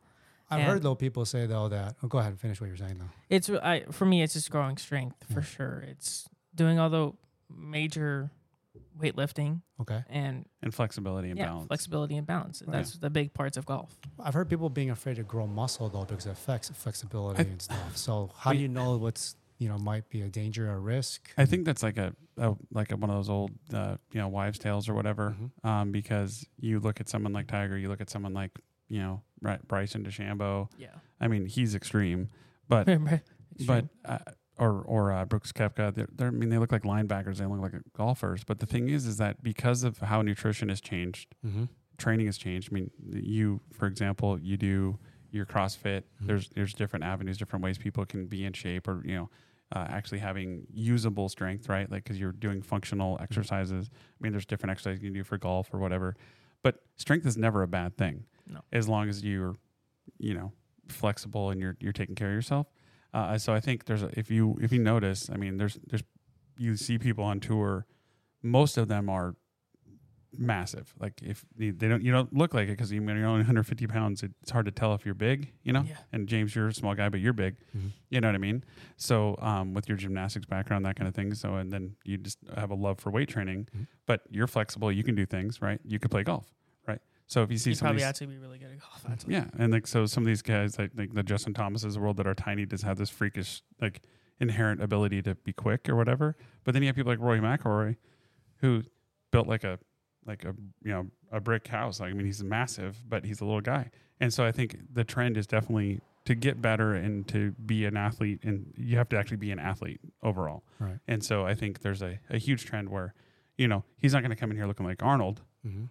Speaker 1: I've
Speaker 3: And-
Speaker 1: heard though people say though that. Oh, go ahead and finish what you're saying though.
Speaker 3: it's re- I, for me it's just growing strength for sure. It's doing all the major weightlifting
Speaker 1: Okay,
Speaker 3: and
Speaker 2: and flexibility and
Speaker 3: yeah,
Speaker 2: balance.
Speaker 3: flexibility and balance.
Speaker 2: Right.
Speaker 3: That's the big parts of golf.
Speaker 1: I've heard people being afraid to grow muscle though because it affects flexibility
Speaker 2: I-
Speaker 1: and stuff. So how do
Speaker 2: We-
Speaker 1: you know what's you know might be a danger or a risk?
Speaker 2: I think that's like a, a like a, one of those old uh, you know wives' tales or whatever. Um, because you look at someone like Tiger, you look at someone like you know Bry- Bryson DeChambeau.
Speaker 3: Yeah.
Speaker 2: I mean, he's extreme, but
Speaker 3: Remember?
Speaker 2: but uh, or or uh, Brooks Koepka, they're, they're, I mean, they look like linebackers, they look like golfers. But the thing is, is that because of how nutrition has changed,
Speaker 1: Mm-hmm.
Speaker 2: training has changed. I mean, you, for example, you do your CrossFit. There's there's different avenues, different ways people can be in shape, or you know, uh, actually having usable strength, right? Like because you're doing functional exercises. I mean, there's different exercises you can do for golf or whatever. But strength is never a bad thing,
Speaker 3: No.
Speaker 2: as long as you're, you know, flexible and you're you're taking care of yourself. Uh, so I think there's a, if you if you notice, I mean, there's there's you see people on tour, most of them are massive. Like if they they don't, you don't look like it because you're only 150 pounds. It's hard to tell if you're big, you know.
Speaker 3: Yeah.
Speaker 2: And James, you're a small guy, but you're big.
Speaker 1: Mhm.
Speaker 2: You know what I mean? So um, with your gymnastics background, that kind of thing. So and then you just have a love for weight training,
Speaker 1: Mhm.
Speaker 2: but you're flexible. You can do things, right? You could play golf, right? So if you see
Speaker 3: you
Speaker 2: somebody,
Speaker 3: probably actually be really good at golf. Actually.
Speaker 2: yeah, and like so, some of these guys, like, like the Justin Thomases of the world, that are tiny, just have this freakish like inherent ability to be quick or whatever. But then you have people like Roy McIlroy, who built like a like a you know a brick house. Like I mean, he's massive, but he's a little guy. And so I think the trend is definitely to get better and to be an athlete, and you have to actually be an athlete overall.
Speaker 1: Right.
Speaker 2: And so I think there's a, a huge trend where, you know, he's not going to come in here looking like Arnold,
Speaker 1: Mm-hmm.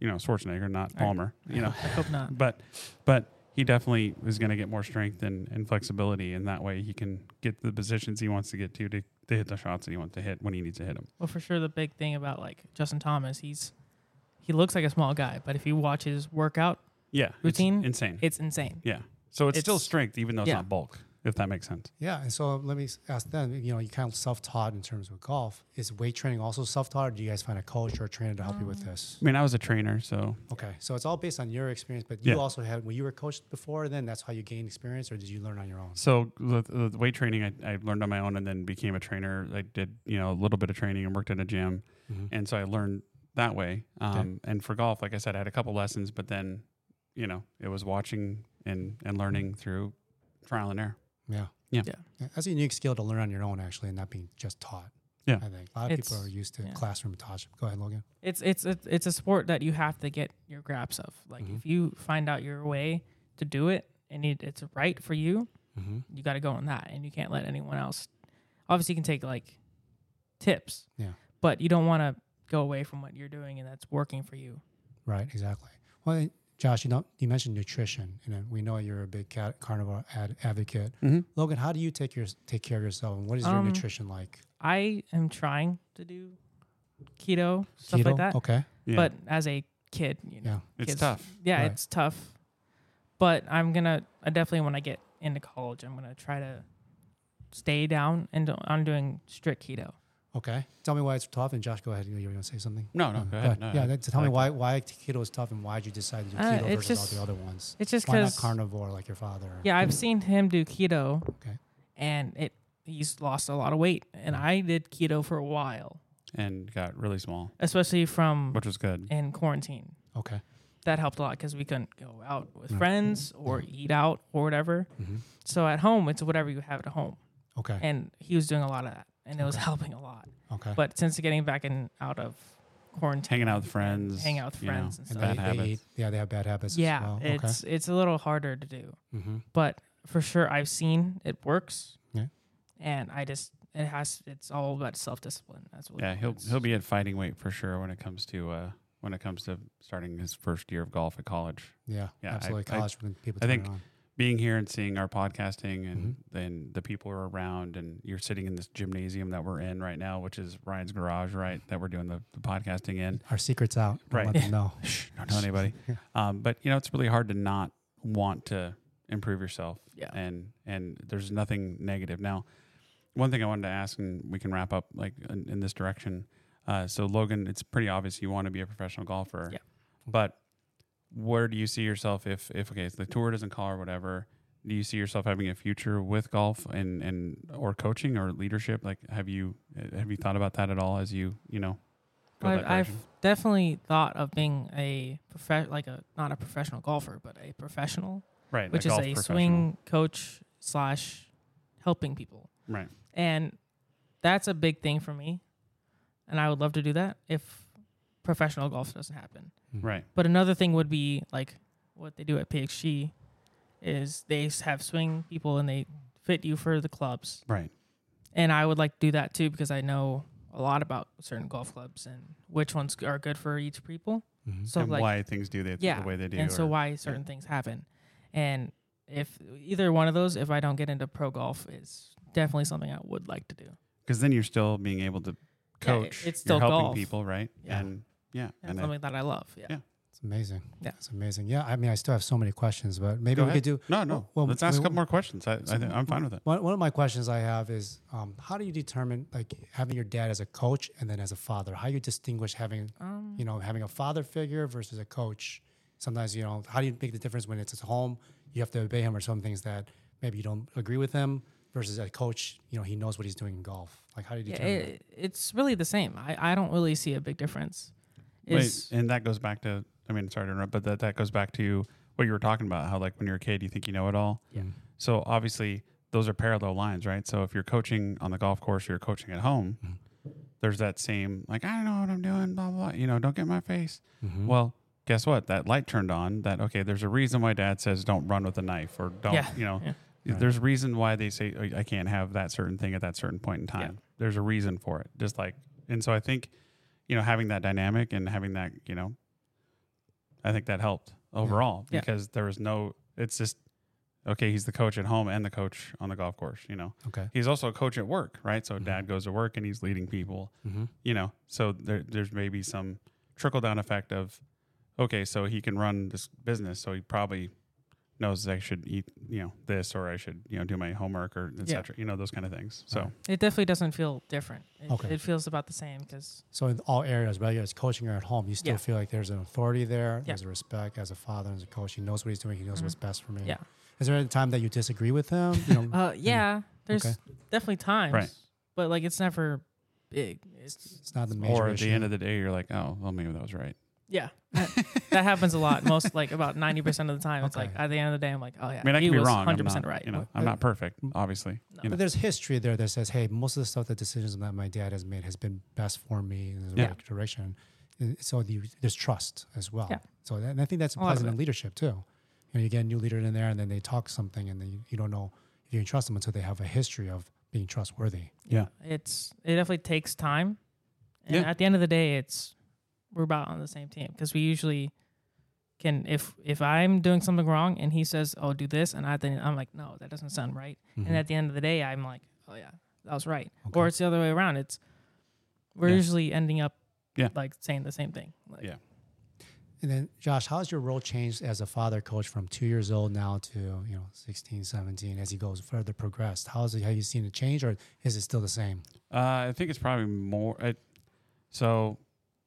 Speaker 2: you know, Schwarzenegger, not
Speaker 3: Right.
Speaker 2: Palmer, you know
Speaker 3: I hope not.
Speaker 2: but but he definitely is going to get more strength and, and flexibility and that way he can get the positions he wants to get to, to to hit the shots that he wants to hit when he needs to hit them
Speaker 3: Well, for sure, the big thing about like Justin Thomas, he's he looks like a small guy, but if you watch his workout,
Speaker 2: yeah it's
Speaker 3: Routine?
Speaker 2: insane
Speaker 3: it's insane.
Speaker 2: yeah so it's, still
Speaker 3: It's-
Speaker 2: strength even though it's
Speaker 3: yeah.
Speaker 2: not bulk if that makes sense
Speaker 1: Yeah, and so uh, let me s- ask them. You know, you kind of self-taught in terms of golf. Is weight training also self-taught, or do you guys find a coach or a trainer to help you with this?
Speaker 2: i mean i was a trainer so
Speaker 1: Okay, so it's all based on your experience, but you
Speaker 2: Yeah.
Speaker 1: also had when you were coached before. Then that's how you gained experience, or did you learn on your own?
Speaker 2: so the, the the weight training I, I learned on my own and then became a trainer i did you know a little bit of training and worked in a gym and so i learned that way um, and for golf like i said i had a couple lessons but then you know it was watching and and learning through trial and error
Speaker 1: Yeah.
Speaker 2: Yeah.
Speaker 3: Yeah.
Speaker 1: Yeah, that's a unique skill to learn on your own, actually, and not being just taught.
Speaker 2: Yeah.
Speaker 1: I think a lot of people
Speaker 3: It's-
Speaker 1: are used to
Speaker 3: yeah.
Speaker 1: classroom taught. Go ahead, Logan.
Speaker 3: It's it's it's it's a sport that you have to get your grasp of. Like
Speaker 1: Mhm.
Speaker 3: if you find out your way to do it and it, it's right for you,
Speaker 1: Mm-hmm.
Speaker 3: you got to go on that, and you can't let anyone else. Obviously, you can take like tips,
Speaker 1: Yeah.
Speaker 3: but you don't want to go away from what you're doing and that's working for you.
Speaker 1: Right, exactly. Well, and Josh, you know, you mentioned nutrition, and uh, we know you're a big cat, carnivore ad, advocate.
Speaker 3: Mm-hmm.
Speaker 2: Mhm.
Speaker 1: Logan, how do you take your take care of yourself, and what is your
Speaker 3: Um,
Speaker 1: nutrition like?
Speaker 3: I am trying to do keto stuff like
Speaker 1: Keto? Oh,
Speaker 3: that,
Speaker 1: Okay.
Speaker 2: Yeah.
Speaker 3: but as a kid, you know,
Speaker 1: Yeah.
Speaker 2: it's
Speaker 3: kids-
Speaker 2: tough.
Speaker 3: Yeah,
Speaker 1: Right.
Speaker 3: it's tough. But I'm gonna. I definitely when I get into college, I'm gonna try to stay down and do- I'm doing strict keto.
Speaker 1: Okay. Tell me why it's tough, and Josh, go ahead. You, you want to say something?
Speaker 2: No, no,
Speaker 1: Um,
Speaker 2: go ahead. No,
Speaker 1: yeah,
Speaker 2: I-
Speaker 1: that, tell
Speaker 2: I
Speaker 1: me why
Speaker 2: like
Speaker 1: why keto is tough, and why did you decide to do
Speaker 3: Uh,
Speaker 1: keto
Speaker 3: it's
Speaker 1: versus
Speaker 3: just-
Speaker 1: all the other ones?
Speaker 3: It's just
Speaker 1: Why not
Speaker 3: because
Speaker 1: carnivore like your father?
Speaker 3: yeah, I've seen him do keto.
Speaker 1: Okay.
Speaker 3: And it he's lost a lot of weight, and I did keto for a while,
Speaker 2: and got really small,
Speaker 3: especially from
Speaker 2: which was good.
Speaker 3: in quarantine.
Speaker 1: Okay.
Speaker 3: That helped a lot because we couldn't go out with friends or eat out or whatever. So at home, it's whatever you have at home.
Speaker 1: Mm-hmm. Okay.
Speaker 3: And he was doing a lot of that, and it was helping a lot.
Speaker 1: okay.
Speaker 3: But since getting back in out of quarantine,
Speaker 2: Hanging out with friends,
Speaker 3: hang out with
Speaker 2: you know,
Speaker 3: friends, and
Speaker 1: and
Speaker 3: stuff.
Speaker 1: they,
Speaker 2: bad
Speaker 1: they
Speaker 2: habits.
Speaker 1: eat, yeah, they have bad habits.
Speaker 3: yeah,
Speaker 1: As well. Okay.
Speaker 3: it's it's a little harder to do,
Speaker 1: Mm-hmm.
Speaker 3: but for sure, I've seen it works.
Speaker 1: Yeah.
Speaker 3: and I just it has it's all about self discipline. That's what.
Speaker 2: Yeah, he'll
Speaker 3: it's-
Speaker 2: he'll be at fighting weight for sure when it comes to uh, when it comes to starting his first year of golf at college.
Speaker 1: Yeah,
Speaker 2: Yeah, I-
Speaker 1: absolutely.
Speaker 2: I-
Speaker 1: College when people
Speaker 2: I
Speaker 1: turn
Speaker 2: think-
Speaker 1: it on.
Speaker 2: Being here and seeing our podcasting and and the people are around and you're sitting in this gymnasium that we're in right now, which is Ryan's garage, right? That we're doing the, the podcasting in.
Speaker 1: Our secret's out. Don't
Speaker 2: Right.
Speaker 1: Let them know.
Speaker 2: Shh, don't tell anybody. um, but you know, it's really hard to not want to improve yourself.
Speaker 3: Yeah.
Speaker 2: And and there's nothing negative. Now, one thing I wanted to ask, and we can wrap up like in, in this direction. Uh, so Logan, it's pretty obvious you want to be a professional golfer.
Speaker 3: Yeah.
Speaker 2: But where do you see yourself if if okay, if the tour doesn't call or whatever? Do you see yourself having a future with golf and and or coaching or leadership? Like, have you uh, have you thought about that at all? As you you know, go
Speaker 3: I've,
Speaker 2: that
Speaker 3: I've
Speaker 2: direction?
Speaker 3: definitely thought of being a prof- like a not a professional golfer, but a professional,
Speaker 2: right, a
Speaker 3: which is
Speaker 2: golf
Speaker 3: a
Speaker 2: professional.
Speaker 3: swing coach slash helping people.
Speaker 2: right?
Speaker 3: And that's a big thing for me. And I would love to do that if professional golf doesn't happen.
Speaker 2: Right.
Speaker 3: But another thing would be like what they do at PXG is they s- have swing people and they fit you for the clubs.
Speaker 2: Right.
Speaker 3: And I would like to do that too because I know a lot about certain golf clubs and which ones are good for each people.
Speaker 1: Mm-hmm.
Speaker 3: So
Speaker 2: and
Speaker 3: like
Speaker 2: why things do they,
Speaker 3: yeah,
Speaker 2: the way they do.
Speaker 3: and so
Speaker 2: or-
Speaker 3: why certain things happen. And if either one of those, if I don't get into pro golf, is definitely something I would like to do.
Speaker 2: Because then you're still being able to
Speaker 3: Yeah, it-
Speaker 2: coach.
Speaker 3: it's
Speaker 2: you're
Speaker 3: still
Speaker 2: helping
Speaker 3: golf.
Speaker 2: people, right?
Speaker 1: Yeah.
Speaker 2: And yeah,
Speaker 3: And
Speaker 2: and I-
Speaker 3: something that I love. Yeah.
Speaker 2: Yeah.
Speaker 1: It's amazing.
Speaker 3: Yeah.
Speaker 1: It's amazing. Yeah. I mean, I still have so many questions, but maybe
Speaker 2: Go
Speaker 1: we
Speaker 2: ahead.
Speaker 1: could do
Speaker 2: no, no.
Speaker 1: well,
Speaker 2: Let's ask
Speaker 1: we-
Speaker 2: a couple more questions. I, I think I'm fine with it.
Speaker 1: one, one of my questions I have is um, how do you determine like having your dad as a coach and then as a father? How you distinguish having
Speaker 3: Um,
Speaker 1: you know having a father figure versus a coach? Sometimes you know how do you make the difference when it's at home? You have to obey him or some things that maybe you don't agree with him versus a coach. You know he knows what he's doing in golf. Like how do you
Speaker 3: Yeah,
Speaker 1: determine? that?
Speaker 3: it, it's really the same. I, I don't really see a big difference.
Speaker 2: Wait,
Speaker 3: It's-
Speaker 2: and that goes back to. I mean, sorry to interrupt, but that that goes back to what you were talking about. How like when you're a kid, you think you know it all.
Speaker 3: Yeah.
Speaker 2: So obviously those are parallel lines, right? So if you're coaching on the golf course, or you're coaching at home. There's that same like I don't know what I'm doing, blah blah. blah, You know, don't get in my face.
Speaker 1: Mm-hmm,
Speaker 3: Mm-hmm.
Speaker 2: Well, guess what? That light turned on. That okay. There's a reason why Dad says don't run with a knife or don't.
Speaker 3: Yeah.
Speaker 2: You know,
Speaker 3: Yeah.
Speaker 2: there's reason why they say "Oh, I can't have that certain thing at that certain point in time. There's a reason for it. Just like and so I think, you know, having that dynamic and having that, you know, I think that helped overall
Speaker 3: Yeah.
Speaker 2: because there was no. It's just okay. He's the coach at home and the coach on the golf course. You know,
Speaker 1: Okay.
Speaker 2: he's also a coach at work, right?
Speaker 3: Mm-hmm.
Speaker 2: So Dad goes to work and he's leading people
Speaker 1: Mm-hmm.
Speaker 2: you know so there, there's maybe some trickle down effect of okay so he can run this business so he probably knows i should eat you know this or i should you know do my homework or
Speaker 3: Yeah.
Speaker 2: etc you know those kind of things so
Speaker 1: Right.
Speaker 3: it definitely doesn't feel different. It,
Speaker 1: Okay.
Speaker 3: it feels about the same because
Speaker 1: So in all areas, whether it's coaching or at home, you still
Speaker 3: Yeah.
Speaker 1: feel like there's an authority there.
Speaker 3: Yeah. Mm-hmm.
Speaker 1: There's a respect as a father and as a coach. He knows what he's doing. He knows what's best for me.
Speaker 3: Yeah.
Speaker 1: Is there any time that you disagree with him? You know,
Speaker 3: uh, yeah, there's
Speaker 1: Okay.
Speaker 3: definitely times,
Speaker 2: Mm. Right.
Speaker 3: but like it's never big. It's
Speaker 1: it's not the major
Speaker 2: or at
Speaker 1: issue.
Speaker 2: the end of the day you're like oh well maybe that was right
Speaker 3: yeah, that happens a lot. Most like about ninety percent of the time, it's
Speaker 1: Okay.
Speaker 3: like at the end of the day, I'm like, oh yeah,
Speaker 2: i mean i
Speaker 3: he
Speaker 2: could be
Speaker 3: was
Speaker 2: wrong I'm
Speaker 3: hundred percent
Speaker 2: not-
Speaker 3: right. Mm.
Speaker 2: you know i'm not perfect obviously you know
Speaker 1: but there's history there that says, hey, most of the stuff, the decisions that my dad has made has been best for me in the
Speaker 2: Yeah.
Speaker 1: right direction. And So you, there's trust as well.
Speaker 3: Yeah.
Speaker 1: So that, and I think that's
Speaker 3: lot of
Speaker 1: pleasant
Speaker 3: it.
Speaker 1: in leadership too. You know, you get a new leader in there, and then they talk something, and then you, you don't know if you can trust them until they have a history of being trustworthy.
Speaker 2: yeah
Speaker 3: It's it definitely takes time, and
Speaker 2: Yeah.
Speaker 3: at the end of the day, it's we're about on the same team because we usually can if if I'm doing something wrong and he says, "Oh, do this," and I think I'm like, "No, that doesn't sound right,"
Speaker 1: Mm-hmm.
Speaker 2: Mm-hmm.
Speaker 3: and at the end of the day, I'm like, "Oh yeah, that was right," or it's the other way around. It's we're
Speaker 2: Yeah.
Speaker 3: usually ending up
Speaker 2: Yeah.
Speaker 3: like saying the same thing. Like,
Speaker 2: Yeah.
Speaker 1: And then, Josh, how's your role changed as a father coach from two years old now to, you know, 16, 17 as he goes further progressed? How's it, have you seen it change or is it still the same?
Speaker 2: Uh, I think it's probably more. It, so,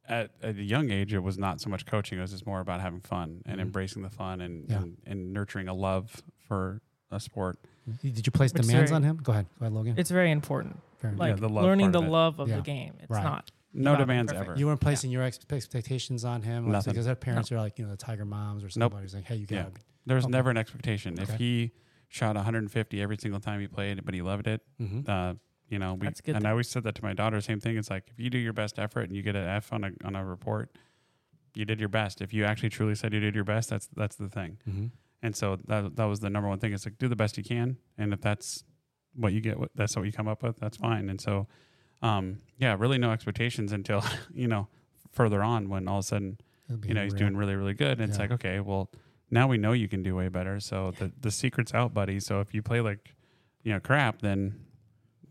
Speaker 2: at, at a young age, it was not so much coaching; it was just more about having fun
Speaker 3: Mm-hmm.
Speaker 2: and embracing the fun and,
Speaker 1: Yeah.
Speaker 2: and and nurturing a love for a sport.
Speaker 1: Did you place
Speaker 3: Which is
Speaker 1: demands
Speaker 3: very-
Speaker 1: on him? Go ahead. Go ahead, Logan.
Speaker 3: It's very important.
Speaker 1: Fair enough.
Speaker 3: Like
Speaker 2: the love
Speaker 3: learning
Speaker 2: part
Speaker 3: the
Speaker 2: of it.
Speaker 3: love of
Speaker 1: Yeah.
Speaker 3: the game. It's
Speaker 1: Right.
Speaker 3: not
Speaker 2: No
Speaker 3: About
Speaker 2: demands
Speaker 3: perfect.
Speaker 2: ever.
Speaker 1: you weren't placing your ex- expectations on him like,
Speaker 2: Nothing.
Speaker 1: because their parents are like, you know, the Tiger moms or
Speaker 2: Nope.
Speaker 1: somebody who's like, hey, you
Speaker 2: Yeah.
Speaker 1: got to
Speaker 2: There's
Speaker 1: Okay.
Speaker 2: never an expectation.
Speaker 1: Okay.
Speaker 2: If he shot 150 every single time he played, but he loved it,
Speaker 1: Mhm.
Speaker 2: uh, you know, we
Speaker 3: That's a good
Speaker 2: and
Speaker 3: thing.
Speaker 2: I always said that to my daughter. Same thing. It's like if you do your best effort and you get an F on a on a report, you did your best. If you actually truly said you did your best, that's that's the thing.
Speaker 1: Mhm.
Speaker 2: And so that that was the number one thing. It's like do the best you can, and if that's what you get, what- that's what you come up with. That's fine. And so, um, yeah, really no expectations until you know further on when all of a sudden
Speaker 1: It'd be
Speaker 2: you know he's
Speaker 1: unreal.
Speaker 2: doing really really good and it's
Speaker 1: Yeah.
Speaker 2: like okay well now we know you can do way better so the the secret's out buddy so if you play like you know crap then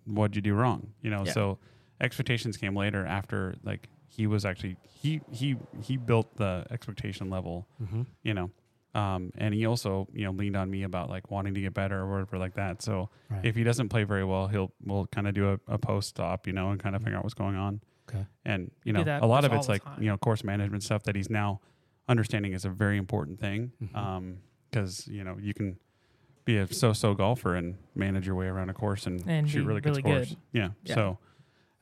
Speaker 2: what'd you do wrong you know
Speaker 3: Yeah.
Speaker 2: so expectations came later after like he was actually he he he built the expectation level
Speaker 1: Mhm.
Speaker 2: you know um and he also you know leaned on me about like wanting to get better or whatever like that so
Speaker 1: Right.
Speaker 2: if he doesn't play very well he'll we'll kind of do a, a post op you know and kind of figure out what's going on
Speaker 1: Okay.
Speaker 2: and you
Speaker 3: Do
Speaker 2: know
Speaker 3: that
Speaker 2: a lot
Speaker 3: with
Speaker 2: of
Speaker 3: all
Speaker 2: it's
Speaker 3: the
Speaker 2: like
Speaker 3: time.
Speaker 2: you know course management stuff that he's now understanding is a very important thing
Speaker 1: Mhm.
Speaker 2: because you know you can be a so-so golfer and manage your way around a course and,
Speaker 3: And
Speaker 2: shoot
Speaker 3: be
Speaker 2: really good
Speaker 3: really
Speaker 2: scores
Speaker 3: good.
Speaker 2: Yeah.
Speaker 3: Yeah.
Speaker 2: so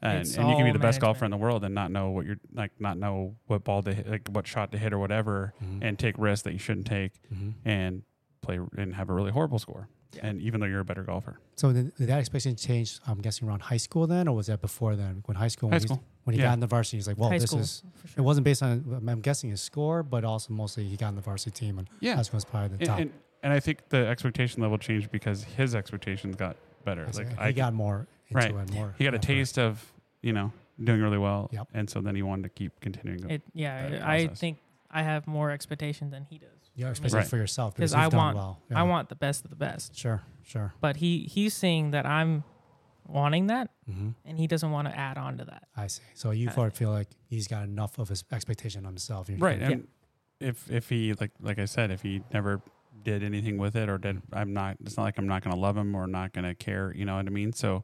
Speaker 2: and,
Speaker 3: It's
Speaker 2: and you can be
Speaker 3: all
Speaker 2: the best golfer
Speaker 3: management.
Speaker 2: in the world and not know what you're like not know what ball to hit like what shot to hit or whatever
Speaker 1: Mhm.
Speaker 2: and take risks that you shouldn't take
Speaker 1: Mhm.
Speaker 2: and play and have a really horrible score
Speaker 3: Yeah.
Speaker 2: and even though you're a better golfer
Speaker 1: So then, did that expectation change? I'm guessing around high school then, or was that before then? When high school,
Speaker 2: High
Speaker 1: when
Speaker 2: school.
Speaker 1: He, when he
Speaker 2: Yeah.
Speaker 1: got in the varsity, he's like, "Well,
Speaker 3: High
Speaker 1: this
Speaker 3: school,
Speaker 1: is."
Speaker 3: for
Speaker 1: It
Speaker 3: sure.
Speaker 1: wasn't based on. I'm guessing his score, but also mostly he got in the varsity team, and
Speaker 2: yeah
Speaker 1: that's what's probably the
Speaker 2: and,
Speaker 1: top.
Speaker 2: and, and I think the expectation level changed because his expectations got better.
Speaker 1: That's
Speaker 2: like
Speaker 1: it. he
Speaker 2: I,
Speaker 1: got more into
Speaker 2: Right.
Speaker 1: it. More.
Speaker 2: he got a
Speaker 1: effort.
Speaker 2: taste of you know doing really well,
Speaker 1: Yep.
Speaker 2: and so then he wanted to keep continuing.
Speaker 3: It,
Speaker 2: that
Speaker 3: yeah, I I
Speaker 2: process.
Speaker 3: think I have more expectation than he does.
Speaker 1: You got
Speaker 3: for me.
Speaker 1: expectations
Speaker 2: Right.
Speaker 1: for yourself because
Speaker 3: 'Cause I
Speaker 1: you've done
Speaker 3: want-
Speaker 1: well.
Speaker 3: I
Speaker 1: Yeah.
Speaker 3: want the best of the best,
Speaker 1: Sure. Sure.
Speaker 3: but he he's seeing that I'm wanting that,
Speaker 1: hmm
Speaker 2: Mm-hmm.
Speaker 3: and he doesn't want to add on to that.
Speaker 1: I see. So you
Speaker 3: Uh,
Speaker 1: probably feel like he's got enough of his expectation on himself. You're
Speaker 2: right,
Speaker 1: kinda-
Speaker 2: and if if he like like I said, if he never did anything with it or did, I'm not. It's not like I'm not going to love him or not going to care. You know what I mean? So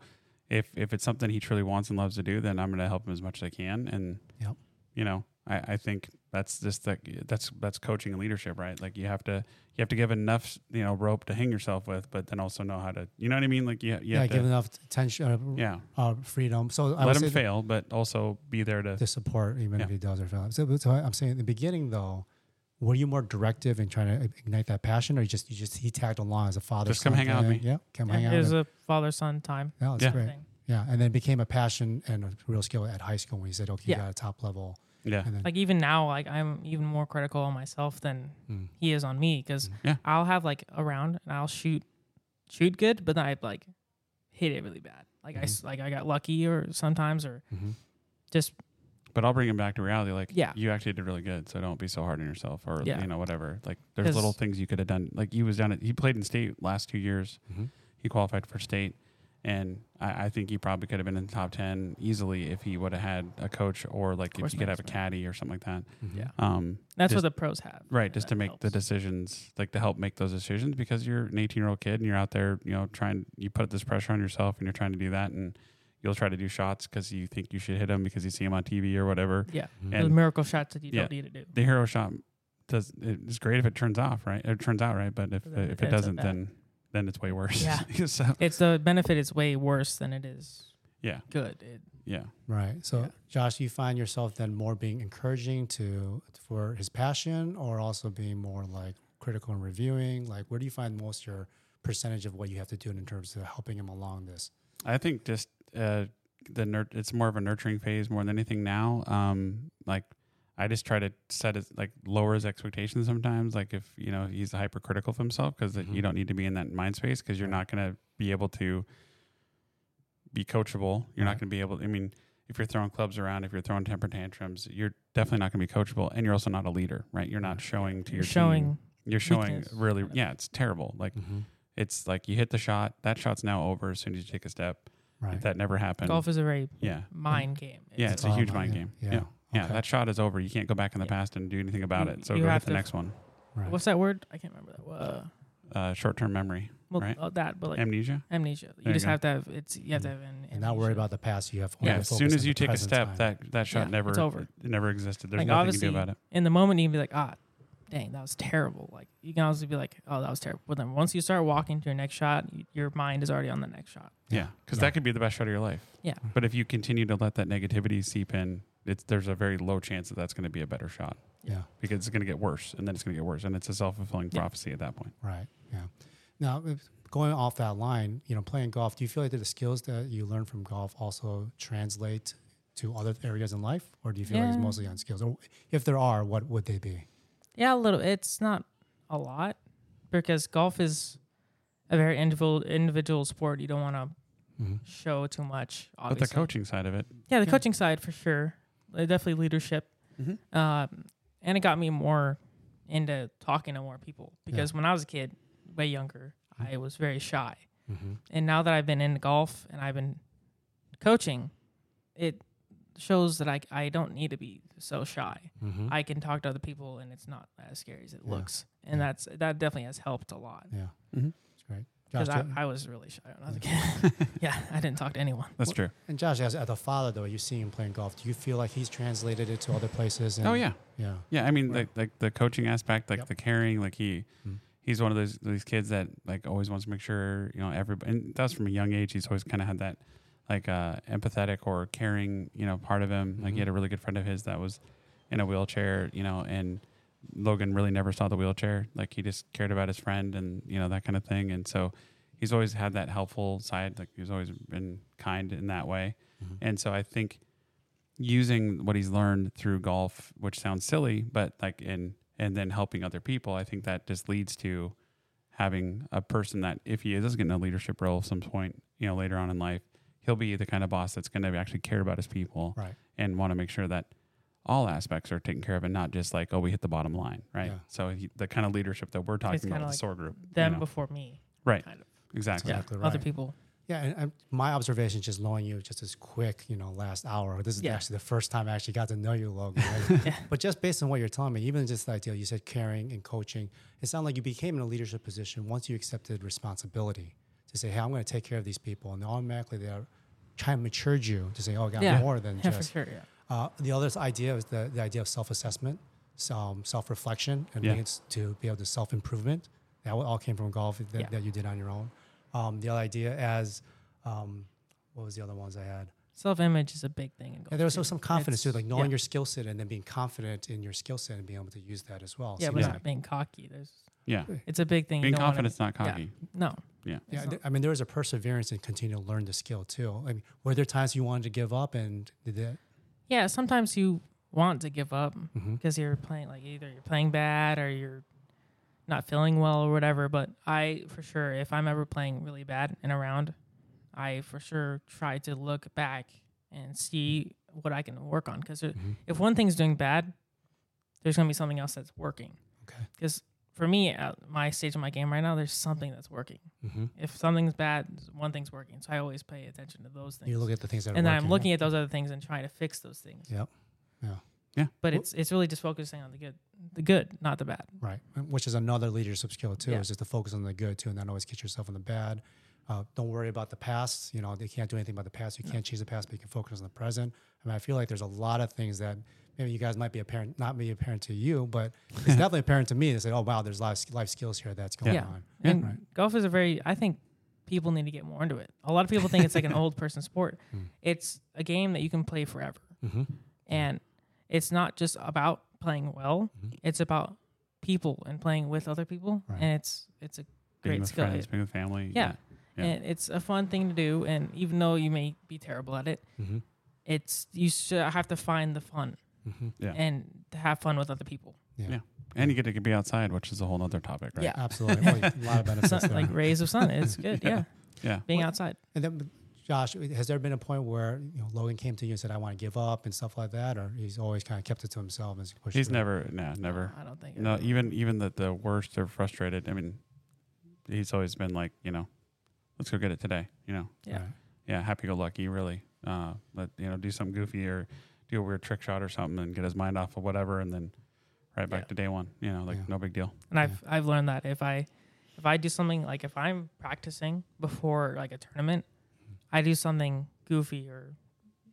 Speaker 2: if if it's something he truly wants and loves to do, then I'm going to help him as much as I can. And
Speaker 1: Yep.
Speaker 2: you know, I, I think that's just like that's that's coaching and leadership, right? Like you have to you have to give enough you know rope to hang yourself with, but then also know how to. You know what I mean? Like you, you
Speaker 1: yeah,
Speaker 2: have
Speaker 1: give
Speaker 2: to.
Speaker 1: enough attention, uh,
Speaker 2: Yeah,
Speaker 1: uh, freedom. So I
Speaker 2: let
Speaker 1: would
Speaker 2: him
Speaker 1: say the-
Speaker 2: fail, but also be there to.
Speaker 1: the support, even if
Speaker 2: Yeah.
Speaker 1: he does or fails. So, so I'm saying in the beginning though, were you more directive in trying to ignite that passion, or you just you just he tagged along as a father?
Speaker 2: Just come hang out with me.
Speaker 1: Yeah, come hang
Speaker 3: Yeah,
Speaker 1: out.
Speaker 3: it
Speaker 1: with
Speaker 3: was
Speaker 1: him.
Speaker 3: a father son time
Speaker 1: Yeah, that's
Speaker 2: Yeah.
Speaker 1: great.
Speaker 3: thing.
Speaker 1: Yeah, and then it became a passion and a real skill at high school when you said, okay,
Speaker 3: Yeah.
Speaker 1: you got a top level,
Speaker 2: yeah,
Speaker 1: and then
Speaker 3: Like even now, like I'm even more critical on myself than
Speaker 1: Mm.
Speaker 3: he is on me because
Speaker 2: Yeah.
Speaker 3: I'll have like a round and I'll shoot shoot good, but then I like hit it really bad. Like
Speaker 2: Mm-hmm.
Speaker 3: I s I like I got lucky or sometimes or
Speaker 1: Mhm.
Speaker 3: just
Speaker 2: but I'll bring him back to reality. Like,
Speaker 3: Yeah.
Speaker 2: you actually did really good, so don't be so hard on yourself, or
Speaker 3: Yeah.
Speaker 2: you know, whatever. Like, there's little
Speaker 3: 'Cause-
Speaker 2: things you could have done. Like, he was down at he played in state last two years.
Speaker 1: Mhm.
Speaker 2: He qualified for state, and I, I think he probably could have been in the top ten easily if he would have had a coach or like if
Speaker 3: Course
Speaker 2: you could have a
Speaker 3: management.
Speaker 2: caddy or something like that.
Speaker 1: Mhm.
Speaker 3: Yeah.
Speaker 2: Um,
Speaker 3: that's
Speaker 2: just-
Speaker 3: what the pros have.
Speaker 2: right
Speaker 3: and
Speaker 2: just
Speaker 3: that
Speaker 2: to make the
Speaker 3: helps.
Speaker 2: decisions like to help make those decisions because you're an 18 year old kid and you're out there you know trying you put this pressure on yourself and you're trying to do that and you'll try to do shots because you think you should hit them because you see them on tv or whatever
Speaker 3: Yeah.
Speaker 1: Mhm.
Speaker 3: The
Speaker 2: and-
Speaker 3: miracle shots that you
Speaker 2: yeah.
Speaker 3: don't need to do.
Speaker 2: the hero shot does it's great if it turns off right it turns out right but if
Speaker 3: But then
Speaker 2: if it
Speaker 3: it ends up
Speaker 2: doesn't
Speaker 3: bad.
Speaker 2: then then it's way worse
Speaker 3: Yeah.
Speaker 2: so,
Speaker 3: It's the benefit is way worse than it is
Speaker 2: yeah
Speaker 3: good. It,
Speaker 2: yeah
Speaker 1: Right. So,
Speaker 3: Yeah.
Speaker 1: Josh, you find yourself then more being encouraging to for his passion, or also being more like critical and reviewing. Like, where do you find most your percentage of what you have to do in terms of helping him along this?
Speaker 2: I think just uh, the nur- it's more of a nurturing phase more than anything now. Um, like I just try to set his like lower his expectations sometimes. Like if you know he's hypercritical of himself because
Speaker 1: Mhm.
Speaker 3: Mm-hmm.
Speaker 2: you don't need to be in that mind space because you're not gonna be able to be coachable. You're
Speaker 1: Right.
Speaker 2: not gonna be able. I mean, if you're throwing clubs around, if you're throwing temper tantrums, you're definitely not gonna be coachable, and you're also not a leader, right? You're not showing to
Speaker 3: you're
Speaker 2: your Team,
Speaker 3: showing
Speaker 2: you're showing
Speaker 3: weakness.
Speaker 2: really. Yeah, it's terrible. Like it's like you hit the shot. That shot's now over as soon as you take a step.
Speaker 1: Right.
Speaker 2: If that never happened.
Speaker 3: golf is a very
Speaker 2: yeah.
Speaker 3: mind game.
Speaker 2: Mm. Yeah, it's a
Speaker 1: all
Speaker 2: huge
Speaker 1: about-
Speaker 2: mind
Speaker 1: yeah,
Speaker 2: game.
Speaker 1: yeah,
Speaker 2: Yeah. Yeah,
Speaker 1: okay.
Speaker 2: that shot is over. You can't go back in the
Speaker 3: Yeah.
Speaker 2: past and do anything about
Speaker 3: You-
Speaker 2: it. So
Speaker 3: you
Speaker 2: go
Speaker 3: have
Speaker 2: hit the
Speaker 3: to-
Speaker 2: next one.
Speaker 1: right.
Speaker 3: What's that word? I can't remember that. Uh,
Speaker 2: Uh, short-term memory,
Speaker 3: well,
Speaker 2: Right.
Speaker 3: uh, that, but like
Speaker 2: amnesia.
Speaker 3: amnesia. You
Speaker 2: There you
Speaker 3: just
Speaker 2: go.
Speaker 3: have to have it's. You have to have an.
Speaker 1: and not worry
Speaker 3: amnesia.
Speaker 1: about the past. You have only
Speaker 2: Yeah.
Speaker 1: to
Speaker 2: as
Speaker 1: focus
Speaker 2: soon
Speaker 1: on
Speaker 2: as you
Speaker 1: the
Speaker 2: take a
Speaker 1: present
Speaker 2: step,
Speaker 1: time.
Speaker 2: that that shot
Speaker 3: Yeah,
Speaker 2: never
Speaker 3: it's over.
Speaker 2: It never existed. There's
Speaker 3: Like,
Speaker 2: nothing you can do
Speaker 3: obviously-
Speaker 2: about it.
Speaker 3: in the moment you can be like, ah, dang, that was terrible. Like you can also be like, oh, that was terrible. But then once you start walking to your next shot, y- your mind is already on the next shot.
Speaker 2: Yeah, because
Speaker 1: Yeah.
Speaker 2: that could be the best shot of your life.
Speaker 3: Yeah.
Speaker 2: But if you continue to let that negativity seep in, it's there's a very low chance that that's going to be a better shot
Speaker 1: yeah.
Speaker 2: because it's going to get worse, and then it's going to get worse, and it's a self-fulfilling
Speaker 3: Yeah.
Speaker 2: prophecy at that point.
Speaker 1: Right. Yeah. Now, if- going off that line, you know, playing golf, do you feel like that the skills that you learn from golf also translate to other areas in life, or do you feel like it's
Speaker 3: Yeah.
Speaker 1: mostly on skills? Or if there are, what would they be?
Speaker 3: Yeah, a little. It's not a lot because golf is a very individual individual sport. You don't want to
Speaker 2: Mm-hmm.
Speaker 1: Mhm.
Speaker 3: show too much.
Speaker 2: But
Speaker 3: Obviously.
Speaker 2: the coaching side of it,
Speaker 3: Yeah, the
Speaker 1: Yeah.
Speaker 3: coaching side for sure. Uh, Definitely leadership.
Speaker 2: Mhm.
Speaker 3: um, and it got me more into talking to more people because when I was a kid, way younger,
Speaker 1: Mm-hmm.
Speaker 3: I was very shy.
Speaker 2: Mm-hmm.
Speaker 3: And now that I've been into golf and I've been coaching, it shows that I, I don't need to be so shy.
Speaker 1: Mm-hmm.
Speaker 3: I can talk to other people and it's not as scary as it
Speaker 1: Yeah.
Speaker 3: looks. And
Speaker 1: Yeah.
Speaker 3: that's that definitely has helped a lot
Speaker 1: Yeah,
Speaker 2: Mhm.
Speaker 1: it's great. Josh,
Speaker 3: because I,
Speaker 1: do-
Speaker 3: I was really shy when I was a
Speaker 1: Mm-hmm.
Speaker 3: kid. yeah, I didn't talk to anyone.
Speaker 2: That's
Speaker 1: Well,
Speaker 2: true.
Speaker 1: and Josh, as, as a father though, you see him playing golf. Do you feel like he's translated it to other places? And,
Speaker 2: Oh yeah,
Speaker 1: yeah.
Speaker 2: yeah. I mean,
Speaker 1: Yeah.
Speaker 2: like like the coaching aspect, like
Speaker 1: Yep.
Speaker 2: the caring, like he.
Speaker 1: Mm.
Speaker 2: He's one of those these kids that like always wants to make sure you know everybody. And that's from a young age. He's always kind of had that like uh, empathetic or caring you know part of him. Like
Speaker 1: Mhm.
Speaker 2: he had a really good friend of his that was in a wheelchair, you know, and Logan really never saw the wheelchair. Like he just cared about his friend and you know that kind of thing. And so he's always had that helpful side. Like he's always been kind in that way.
Speaker 1: Mhm.
Speaker 2: And so I think using what he's learned through golf, which sounds silly, but like in and then helping other people, I think that just leads to having a person that if he does get in a leadership role at some point, you know, later on in life, he'll be the kind of boss that's going to actually care about his people
Speaker 1: Right.
Speaker 2: and want to make sure that all aspects are taken care of and not just like, oh, we hit the bottom line, right?
Speaker 1: Yeah.
Speaker 2: So he, the kind of leadership that we're talking
Speaker 3: kinda
Speaker 2: about, with
Speaker 3: like
Speaker 2: the SOAR group, you
Speaker 3: Them
Speaker 2: know?
Speaker 3: before me,
Speaker 2: right?
Speaker 3: kind of.
Speaker 2: Exactly.
Speaker 3: Yeah,
Speaker 1: Exactly
Speaker 3: other
Speaker 1: right.
Speaker 3: people.
Speaker 1: Yeah, and, and my observation, just knowing you, just as quick, you know, last hour. This is
Speaker 3: Yeah.
Speaker 1: actually the first time I actually got to know you, Logan. right? But just based on what you're telling me, even just the idea you said caring and coaching, it sounded like you became in a leadership position once you accepted responsibility to say, "Hey, I'm going to take care of these people," and automatically they are trying to matured you to say, "Oh, I got
Speaker 3: yeah,
Speaker 1: more than
Speaker 3: yeah,
Speaker 1: just."
Speaker 3: for sure. Yeah.
Speaker 1: Uh, the other idea is the, the idea of self assessment, um, self reflection, and
Speaker 2: Yeah.
Speaker 1: needs to be able to self improvement. That all came from golf that,
Speaker 3: Yeah.
Speaker 1: that you did on your own. Um, the other idea as um, what was the other ones I had?
Speaker 3: Self image is a big thing in golf.
Speaker 1: And there was
Speaker 3: too.
Speaker 1: also some confidence too,
Speaker 3: It's-
Speaker 1: like knowing
Speaker 3: yeah.
Speaker 1: your skill set and then being confident in your skill set and being able to use that as well.
Speaker 3: Yeah,
Speaker 1: Seems
Speaker 3: but
Speaker 1: like-
Speaker 3: not being cocky. There's
Speaker 2: Yeah.
Speaker 3: it's a big thing.
Speaker 2: Being
Speaker 3: you don't wanna-
Speaker 2: confident is not
Speaker 3: yeah.
Speaker 2: cocky.
Speaker 3: No.
Speaker 1: Yeah,
Speaker 3: It's
Speaker 1: th- I mean, there was a perseverance and continue to learn the skill too. I mean, were there times you wanted to give up and did that?
Speaker 3: Yeah, sometimes you want to give up
Speaker 1: Mhm.
Speaker 3: because you're playing like either you're playing bad or you're not feeling well or whatever. But I for sure, if I'm ever playing really bad in a round, I for sure try to look back and see what I can work on. Because
Speaker 1: Mhm.
Speaker 3: if one thing's doing bad, there's gonna be something else that's working.
Speaker 1: Okay.
Speaker 3: Because for me, at my stage of my game right now, there's something that's working.
Speaker 1: Mm-hmm.
Speaker 3: If something's bad, one thing's working. So I always pay attention to those things
Speaker 1: You look at the things that are
Speaker 3: and then I'm
Speaker 1: working.
Speaker 3: looking at those other things and trying to fix those things.
Speaker 1: Yep. Yeah.
Speaker 2: Yeah.
Speaker 3: But
Speaker 1: Well-
Speaker 3: it's it's really just focusing on the good, the good, not the bad.
Speaker 1: Right. And Which is another leadership skill too,
Speaker 3: Yeah.
Speaker 1: is just to focus on the good too and not always get yourself on the bad. Uh, don't worry about the past. You know, they can't do anything about the past. You can't change the past, but you can focus on the present. I mean, I feel like there's a lot of things that maybe you guys might be apparent, not be apparent to you, but it's definitely apparent to me to say, oh, wow, there's life, life skills here that's going
Speaker 3: Yeah.
Speaker 1: on.
Speaker 2: Yeah.
Speaker 3: and
Speaker 1: Right.
Speaker 3: golf is a very I think people need to get more into it. A lot of people think it's like an old person sport.
Speaker 1: Mm.
Speaker 3: It's a game that you can play forever,
Speaker 1: Mm-hmm.
Speaker 3: and it's not just about playing well.
Speaker 1: Mhm.
Speaker 3: It's about people and playing with other people,
Speaker 1: Right.
Speaker 3: and it's it's a
Speaker 2: Being
Speaker 3: great
Speaker 2: with
Speaker 3: skill.
Speaker 2: friends, being with family.
Speaker 3: Yeah.
Speaker 2: Yeah.
Speaker 3: And it's a fun thing to do, and even though you may be terrible at it,
Speaker 1: Mm-hmm.
Speaker 3: it's you should have to find the fun
Speaker 1: Mm-hmm.
Speaker 2: Yeah.
Speaker 3: and to have fun with other people.
Speaker 1: Yeah.
Speaker 2: Yeah. And you get to be outside, which is a whole other topic, right?
Speaker 3: Yeah.
Speaker 1: Absolutely. Well, a lot of benefits
Speaker 3: sun,
Speaker 1: there.
Speaker 3: like rays of sun. It's good. Yeah.
Speaker 2: Yeah.
Speaker 3: Being outside.
Speaker 1: and then, Josh, has there been a point where you know, Logan came to you and said, I want to give up and stuff like that? Or he's always kind of kept it to himself and pushed
Speaker 2: He's
Speaker 1: through?
Speaker 2: never, nah, never.
Speaker 3: I don't think.
Speaker 2: No, even even the the worst or frustrated. I mean, he's always been like, you know, let's go get it today. You know,
Speaker 3: Yeah.
Speaker 1: Right.
Speaker 2: yeah, happy go lucky, really. Uh, let you know, do something goofy or do a weird trick shot or something and get his mind off of whatever, and then right back
Speaker 3: Yeah.
Speaker 2: to day one. You know, like
Speaker 1: Yeah.
Speaker 2: no big deal.
Speaker 3: And I've I've learned that if I if I do something like if I'm practicing before like a tournament, I do something goofy or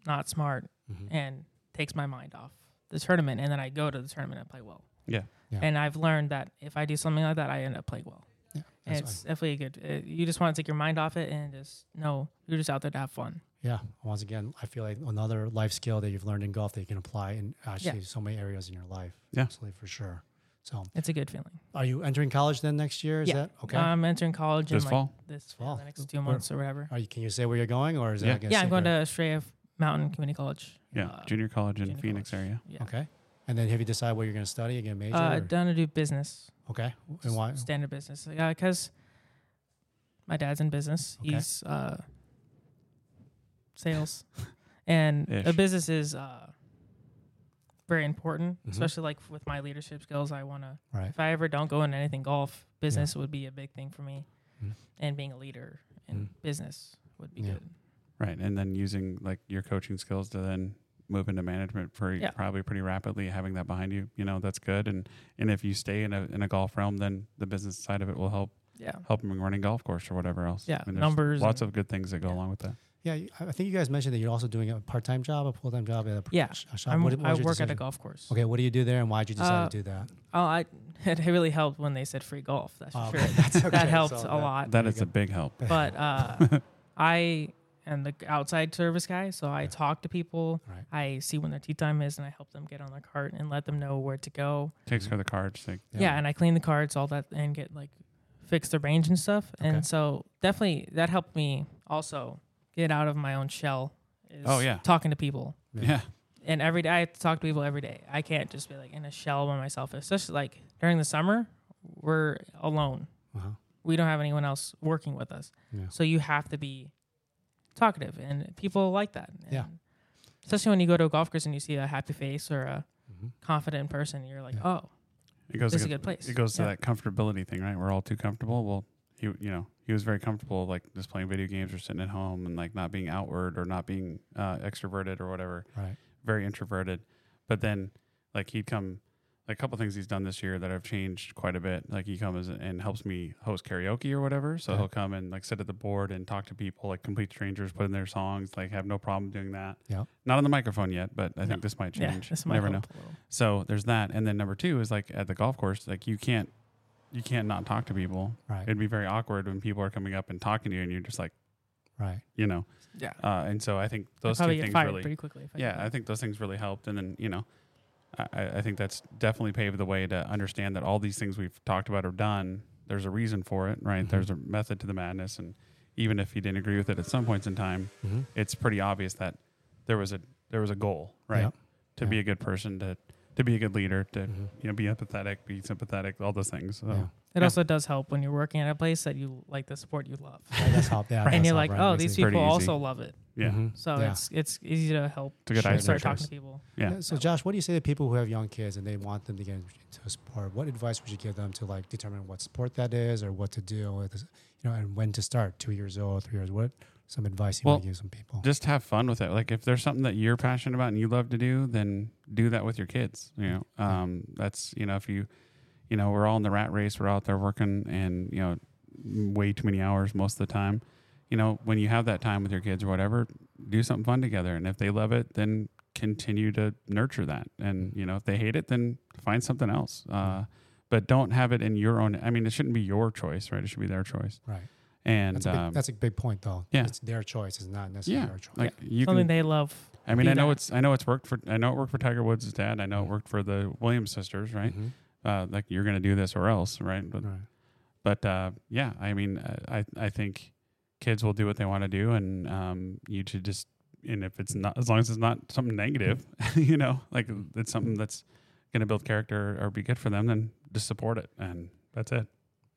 Speaker 3: not smart
Speaker 1: Mhm.
Speaker 3: and takes my mind off the tournament, and then I go to the tournament and play well.
Speaker 2: Yeah.
Speaker 1: Yeah.
Speaker 3: And I've learned that if I do something like that, I end up playing well.
Speaker 1: Yeah,
Speaker 3: And
Speaker 1: that's-
Speaker 3: it's definitely good. uh, you just want to take your mind off it and just know you're just out there to have fun.
Speaker 1: Yeah. Once again, I feel like another life skill that you've learned in golf that you can apply in actually so many areas in your life.
Speaker 2: Yeah.
Speaker 1: Absolutely, for sure. So,
Speaker 3: It's a good feeling.
Speaker 1: are you entering college then next year? Is
Speaker 3: Yeah.
Speaker 1: that okay?
Speaker 3: Um, I'm entering college
Speaker 2: This
Speaker 3: in like
Speaker 2: fall?
Speaker 3: this
Speaker 1: fall.
Speaker 3: fall, the next two
Speaker 1: Where-
Speaker 3: months or whatever.
Speaker 1: are you, can you say where you're going or is
Speaker 2: Yeah.
Speaker 1: that like a
Speaker 3: yeah, I'm going
Speaker 1: secret?
Speaker 3: to Strayer Mountain Community College.
Speaker 2: Yeah.
Speaker 3: Uh,
Speaker 2: Junior college in
Speaker 3: junior
Speaker 2: Phoenix
Speaker 3: college.
Speaker 2: area.
Speaker 3: Yeah.
Speaker 1: Okay. And then have you decided what you're going to study? You're going to major?
Speaker 3: Uh,
Speaker 1: or-
Speaker 3: done to do business,
Speaker 1: okay. And why?
Speaker 3: standard business. Because my dad's in business.
Speaker 1: Okay.
Speaker 3: He's uh, sales, and a
Speaker 2: Ish.
Speaker 3: business is uh, very important,
Speaker 1: Mhm.
Speaker 3: especially like with my leadership skills. I want to,
Speaker 1: Right.
Speaker 3: if I ever don't go into anything golf, business would be a big thing for me.
Speaker 1: Mhm.
Speaker 3: And being a leader in
Speaker 1: Mhm.
Speaker 3: business would be
Speaker 1: Yeah.
Speaker 3: good.
Speaker 2: Right. And then using like your coaching skills to then move into management pretty
Speaker 3: Yeah.
Speaker 2: probably pretty rapidly, having that behind you, you know, that's good. And and if you stay in a in a golf realm, then the business side of it will help
Speaker 3: Yeah.
Speaker 2: help them running golf course or whatever else.
Speaker 3: Yeah,
Speaker 2: And there's
Speaker 3: numbers
Speaker 2: Lots
Speaker 3: and-
Speaker 2: of good things that go
Speaker 3: yeah.
Speaker 2: along with that.
Speaker 1: Yeah, you- I I think you guys mentioned that you're also doing a part-time job, a full-time job at a,
Speaker 3: Yeah,
Speaker 1: sh- a shop.
Speaker 3: I'm,
Speaker 1: Uh, What- what
Speaker 3: I
Speaker 1: was your
Speaker 3: work at a
Speaker 1: decision?
Speaker 3: golf course.
Speaker 1: Okay, what do you do there, and why did you decide
Speaker 3: Uh,
Speaker 1: to do that?
Speaker 3: Oh, I, it really helped when they said free golf. That's
Speaker 1: Oh,
Speaker 3: for
Speaker 1: okay,
Speaker 3: sure.
Speaker 1: that's okay,
Speaker 3: That helped
Speaker 1: so
Speaker 3: a lot.
Speaker 2: That
Speaker 1: you
Speaker 2: is
Speaker 1: go.
Speaker 2: a big help.
Speaker 3: but uh, I am the outside service guy, so I talk to people.
Speaker 1: Right.
Speaker 3: I see when their tea time is, and I help them get on their cart and let them know where to go.
Speaker 2: Takes care of the cards. Take,
Speaker 3: Yeah, and I clean the carts, all that, and get like fix their range and stuff.
Speaker 1: Okay.
Speaker 3: And so definitely that helped me also get out of my own shell. Is
Speaker 2: Oh, yeah.
Speaker 3: talking to people.
Speaker 1: Yeah.
Speaker 2: yeah.
Speaker 3: And every day I have to talk to people every day. I can't just be like in a shell by myself. Especially like during the summer, we're alone
Speaker 1: uh-huh.
Speaker 3: we don't have anyone else working with us.
Speaker 1: Yeah.
Speaker 3: So you have to be talkative, and people like that. And
Speaker 1: Yeah.
Speaker 3: Especially when you go to a golf course and you see a happy face or a
Speaker 1: Mhm.
Speaker 3: confident person, you're like,
Speaker 1: Yeah.
Speaker 3: oh,
Speaker 2: It goes
Speaker 3: This is
Speaker 2: to-
Speaker 3: a good place.
Speaker 2: It goes to
Speaker 3: Yeah.
Speaker 2: that comfortability thing, right? We're all too comfortable. Well, he, you know, he was very comfortable, like just playing video games or sitting at home and like not being outward or not being uh, extroverted or whatever.
Speaker 1: Right.
Speaker 2: Very introverted. But then, like he'd come. A couple things he's done this year that have changed quite a bit. Like he comes and helps me host karaoke or whatever. So
Speaker 1: Okay.
Speaker 2: he'll come and like sit at the board and talk to people, like complete strangers, put in their songs. Like have no problem doing that.
Speaker 1: Yeah.
Speaker 2: Not on the microphone yet, but I
Speaker 1: No.
Speaker 2: think this might
Speaker 3: yeah,
Speaker 2: change.
Speaker 3: this might
Speaker 2: Never know.
Speaker 3: help a little.
Speaker 2: So there's that, and then number two is like at the golf course, like you can't, you can't not talk to people.
Speaker 1: Right.
Speaker 2: It'd be very awkward when people are coming up and talking to you, and you're just like,
Speaker 1: Right.
Speaker 2: you know.
Speaker 3: Yeah.
Speaker 2: Uh, and so I think
Speaker 3: I'd
Speaker 2: those two
Speaker 3: probably get
Speaker 2: things
Speaker 3: fired
Speaker 2: really,
Speaker 3: pretty quickly. If I
Speaker 2: yeah, I
Speaker 3: did
Speaker 2: think those things really helped, and then you know, I, I- I think that's definitely paved the way to understand that all these things we've talked about are done. There's a reason for it, right?
Speaker 1: Mhm.
Speaker 2: There's a method to the madness, and even if you didn't agree with it at some points in time,
Speaker 1: Mm-hmm.
Speaker 2: it's pretty obvious that there was a there was a goal, right?
Speaker 1: Yep.
Speaker 2: To
Speaker 1: Yeah.
Speaker 2: be a good person, to to be a good leader, to
Speaker 1: Mhm.
Speaker 2: you know, be empathetic, be sympathetic, all those things. So.
Speaker 1: Yeah.
Speaker 3: that. It
Speaker 2: yeah.
Speaker 3: also does help when you're working at a place that you like the support you love,
Speaker 1: That does help. Yeah.
Speaker 3: and you're like, oh, these
Speaker 2: it pretty
Speaker 3: people
Speaker 2: easy.
Speaker 3: also love it.
Speaker 2: Yeah.
Speaker 1: Mm-hmm.
Speaker 3: So it's it's easy to help
Speaker 2: It's a good
Speaker 1: Sure.
Speaker 3: start talking
Speaker 2: icebreaker.
Speaker 3: to people.
Speaker 2: Yeah.
Speaker 1: So, Josh, what do you say to people who have young kids and they want them to get into a sport? What advice would you give them to like determine what sport that is or what to do, with this- you know, and when to start? Two years old, three years. What some advice you
Speaker 2: Well,
Speaker 1: might give some people?
Speaker 2: Just have fun with it. Like if there's something that you're passionate about and you love to do, then do that with your kids. You know, um, that's you know if you, you know, we're all in the rat race. We're out there working and you know, way too many hours most of the time. You know, when you have that time with your kids or whatever, do something fun together. And if they love it, then continue to nurture that. And you know, if they hate it, then find something else. Uh, but don't have it in your own. I mean, it shouldn't be your choice, right? It should be their choice.
Speaker 1: right.
Speaker 2: And
Speaker 1: That's a, big,
Speaker 2: um,
Speaker 1: that's a big point, though.
Speaker 2: yeah.
Speaker 1: It's their choice. It's not necessarily
Speaker 2: yeah,
Speaker 1: our choice.
Speaker 2: like you
Speaker 3: Something
Speaker 2: can
Speaker 3: they love.
Speaker 2: I mean,
Speaker 3: do
Speaker 2: I know
Speaker 3: that.
Speaker 2: it's I know it's worked for I know it worked for Tiger Woods' dad. I know it worked for the Williams sisters, right?
Speaker 1: Mhm.
Speaker 2: Uh, like you're gonna do this or else, right? But,
Speaker 1: Right.
Speaker 2: but uh, yeah, I mean, uh, I I think kids will do what they want to do, and um, you should just and if it's not as long as it's not something negative, you know, like it's something that's gonna build character or be good for them, then just support it, and that's it.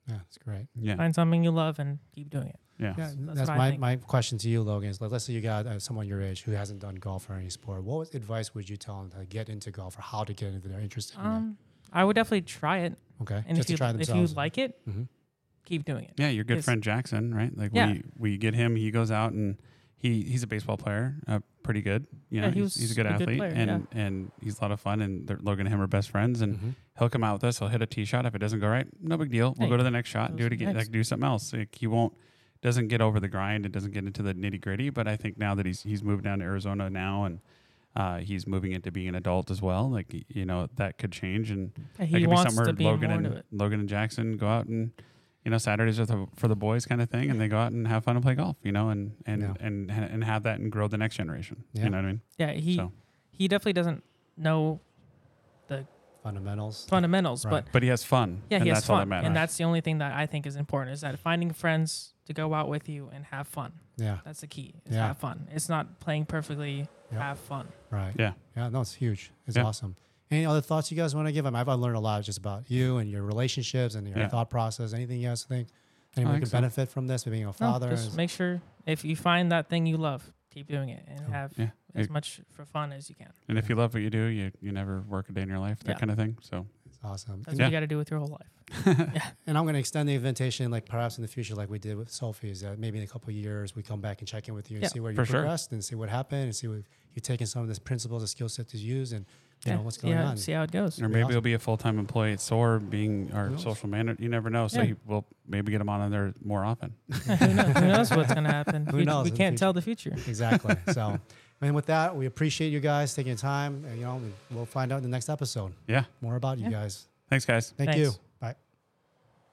Speaker 1: Yeah, that's great.
Speaker 2: Yeah,
Speaker 3: Find something you love and keep doing it.
Speaker 2: yeah.
Speaker 1: Yeah, that's,
Speaker 3: That's what I
Speaker 1: my,
Speaker 3: think.
Speaker 1: my question to you, Logan. Is like, let's say you got uh, someone your age who hasn't done golf or any sport. What was- advice would you tell them to get into golf or how to get into their interest in
Speaker 3: Um, I would definitely try it.
Speaker 1: it? Okay,
Speaker 3: And
Speaker 1: just
Speaker 3: if you
Speaker 1: to try
Speaker 3: if
Speaker 1: themselves.
Speaker 3: you like it,
Speaker 2: Mm-hmm.
Speaker 1: Mhm.
Speaker 3: keep doing it.
Speaker 2: Yeah, your good
Speaker 3: Yes.
Speaker 2: friend Jackson, right? Like
Speaker 3: Yeah.
Speaker 2: we we get him, he goes out and he he's a baseball player, uh, pretty good. You know,
Speaker 3: Yeah, he
Speaker 2: he's, he's a
Speaker 3: was
Speaker 2: good
Speaker 3: a good
Speaker 2: athlete,
Speaker 3: player,
Speaker 2: and and he's a lot of fun. And they're- Logan and him are best friends, and
Speaker 1: Mhm.
Speaker 2: he'll come out with us. He'll hit a tee shot. If it doesn't go right, no big deal. We'll
Speaker 3: Hey,
Speaker 2: go to the next shot,
Speaker 3: those
Speaker 2: do it
Speaker 3: are
Speaker 2: again,
Speaker 3: nice.
Speaker 2: like do something else. Like he won't doesn't get over the grind. It doesn't get into the nitty gritty. But I think now that he's he's moved down to Arizona now, and uh, he's moving into being an adult as well. Like y- you know that could change, and
Speaker 3: And
Speaker 2: that
Speaker 3: He
Speaker 2: could be
Speaker 3: wants
Speaker 2: somewhere
Speaker 3: to be
Speaker 2: Logan
Speaker 3: more
Speaker 2: and
Speaker 3: into it.
Speaker 2: Logan and Jackson go out and you know Saturdays are the, for the boys kind of thing, and they go out and have fun and play golf, you know, and and
Speaker 1: Yeah.
Speaker 2: and and have that and grow the next generation.
Speaker 1: Yeah.
Speaker 2: You know what I mean?
Speaker 3: Yeah, he
Speaker 2: so,
Speaker 3: he definitely doesn't know
Speaker 1: fundamentals.
Speaker 3: fundamentals,
Speaker 1: Right.
Speaker 3: but
Speaker 2: but he has fun.
Speaker 3: yeah,
Speaker 2: and
Speaker 3: he has
Speaker 2: that's all that
Speaker 3: fun,
Speaker 2: matters.
Speaker 3: and that's the only thing that I think is important is that finding friends to go out with you and have fun.
Speaker 1: Yeah,
Speaker 3: That's the key. Is
Speaker 1: Yeah.
Speaker 3: Have fun. It's not playing perfectly.
Speaker 1: Yep.
Speaker 3: Have fun.
Speaker 1: right.
Speaker 2: yeah.
Speaker 1: Yeah, no, it's huge. It's
Speaker 2: Yeah.
Speaker 1: awesome. Any other thoughts you guys want to give? I mean, I've learned a lot just about you and your relationships and your
Speaker 2: Yeah.
Speaker 1: thought process. Anything you guys think anyone
Speaker 2: think
Speaker 1: could
Speaker 2: so.
Speaker 1: benefit from this? Being a
Speaker 3: No,
Speaker 1: father,
Speaker 3: just
Speaker 1: is-
Speaker 3: make sure if you find that thing you love, keep doing it and
Speaker 1: Cool.
Speaker 3: have
Speaker 2: Yeah.
Speaker 3: as
Speaker 2: It-
Speaker 3: much for fun as you can.
Speaker 2: and if you love what you do, you, you never work a day in your life, that
Speaker 3: Yeah.
Speaker 2: kind of thing. So
Speaker 1: It's awesome.
Speaker 3: That's
Speaker 2: Yeah.
Speaker 3: what you got to do with your whole life.
Speaker 1: And I'm going to extend the invitation, like perhaps in the future, like we did with Sophie, is that maybe in a couple of years we come back and check in with you and
Speaker 3: Yeah.
Speaker 1: see where you
Speaker 2: For sure.
Speaker 1: progressed and see what happened and see what you've taken some of the principles, the skill set to use, and you know what's going
Speaker 3: yeah,
Speaker 1: on.
Speaker 3: See how it goes.
Speaker 2: Or
Speaker 1: be
Speaker 2: maybe
Speaker 1: awesome.
Speaker 2: he'll be a full time employee at SOAR, being our
Speaker 1: Who knows?
Speaker 2: social manager. You never know. So
Speaker 3: Yeah.
Speaker 2: he, we'll maybe get him on there more often.
Speaker 3: who, knows, who knows what's gonna happen?
Speaker 1: Who
Speaker 3: we,
Speaker 1: knows
Speaker 3: we
Speaker 1: in the
Speaker 3: can't tell the future.
Speaker 1: Exactly. So, and with that, we appreciate you guys taking your time. And, you know, we'll find out in the next episode
Speaker 2: Yeah.
Speaker 1: more about you
Speaker 3: Yeah.
Speaker 1: guys.
Speaker 2: Thanks, guys.
Speaker 1: Thank
Speaker 3: Thanks.
Speaker 1: you.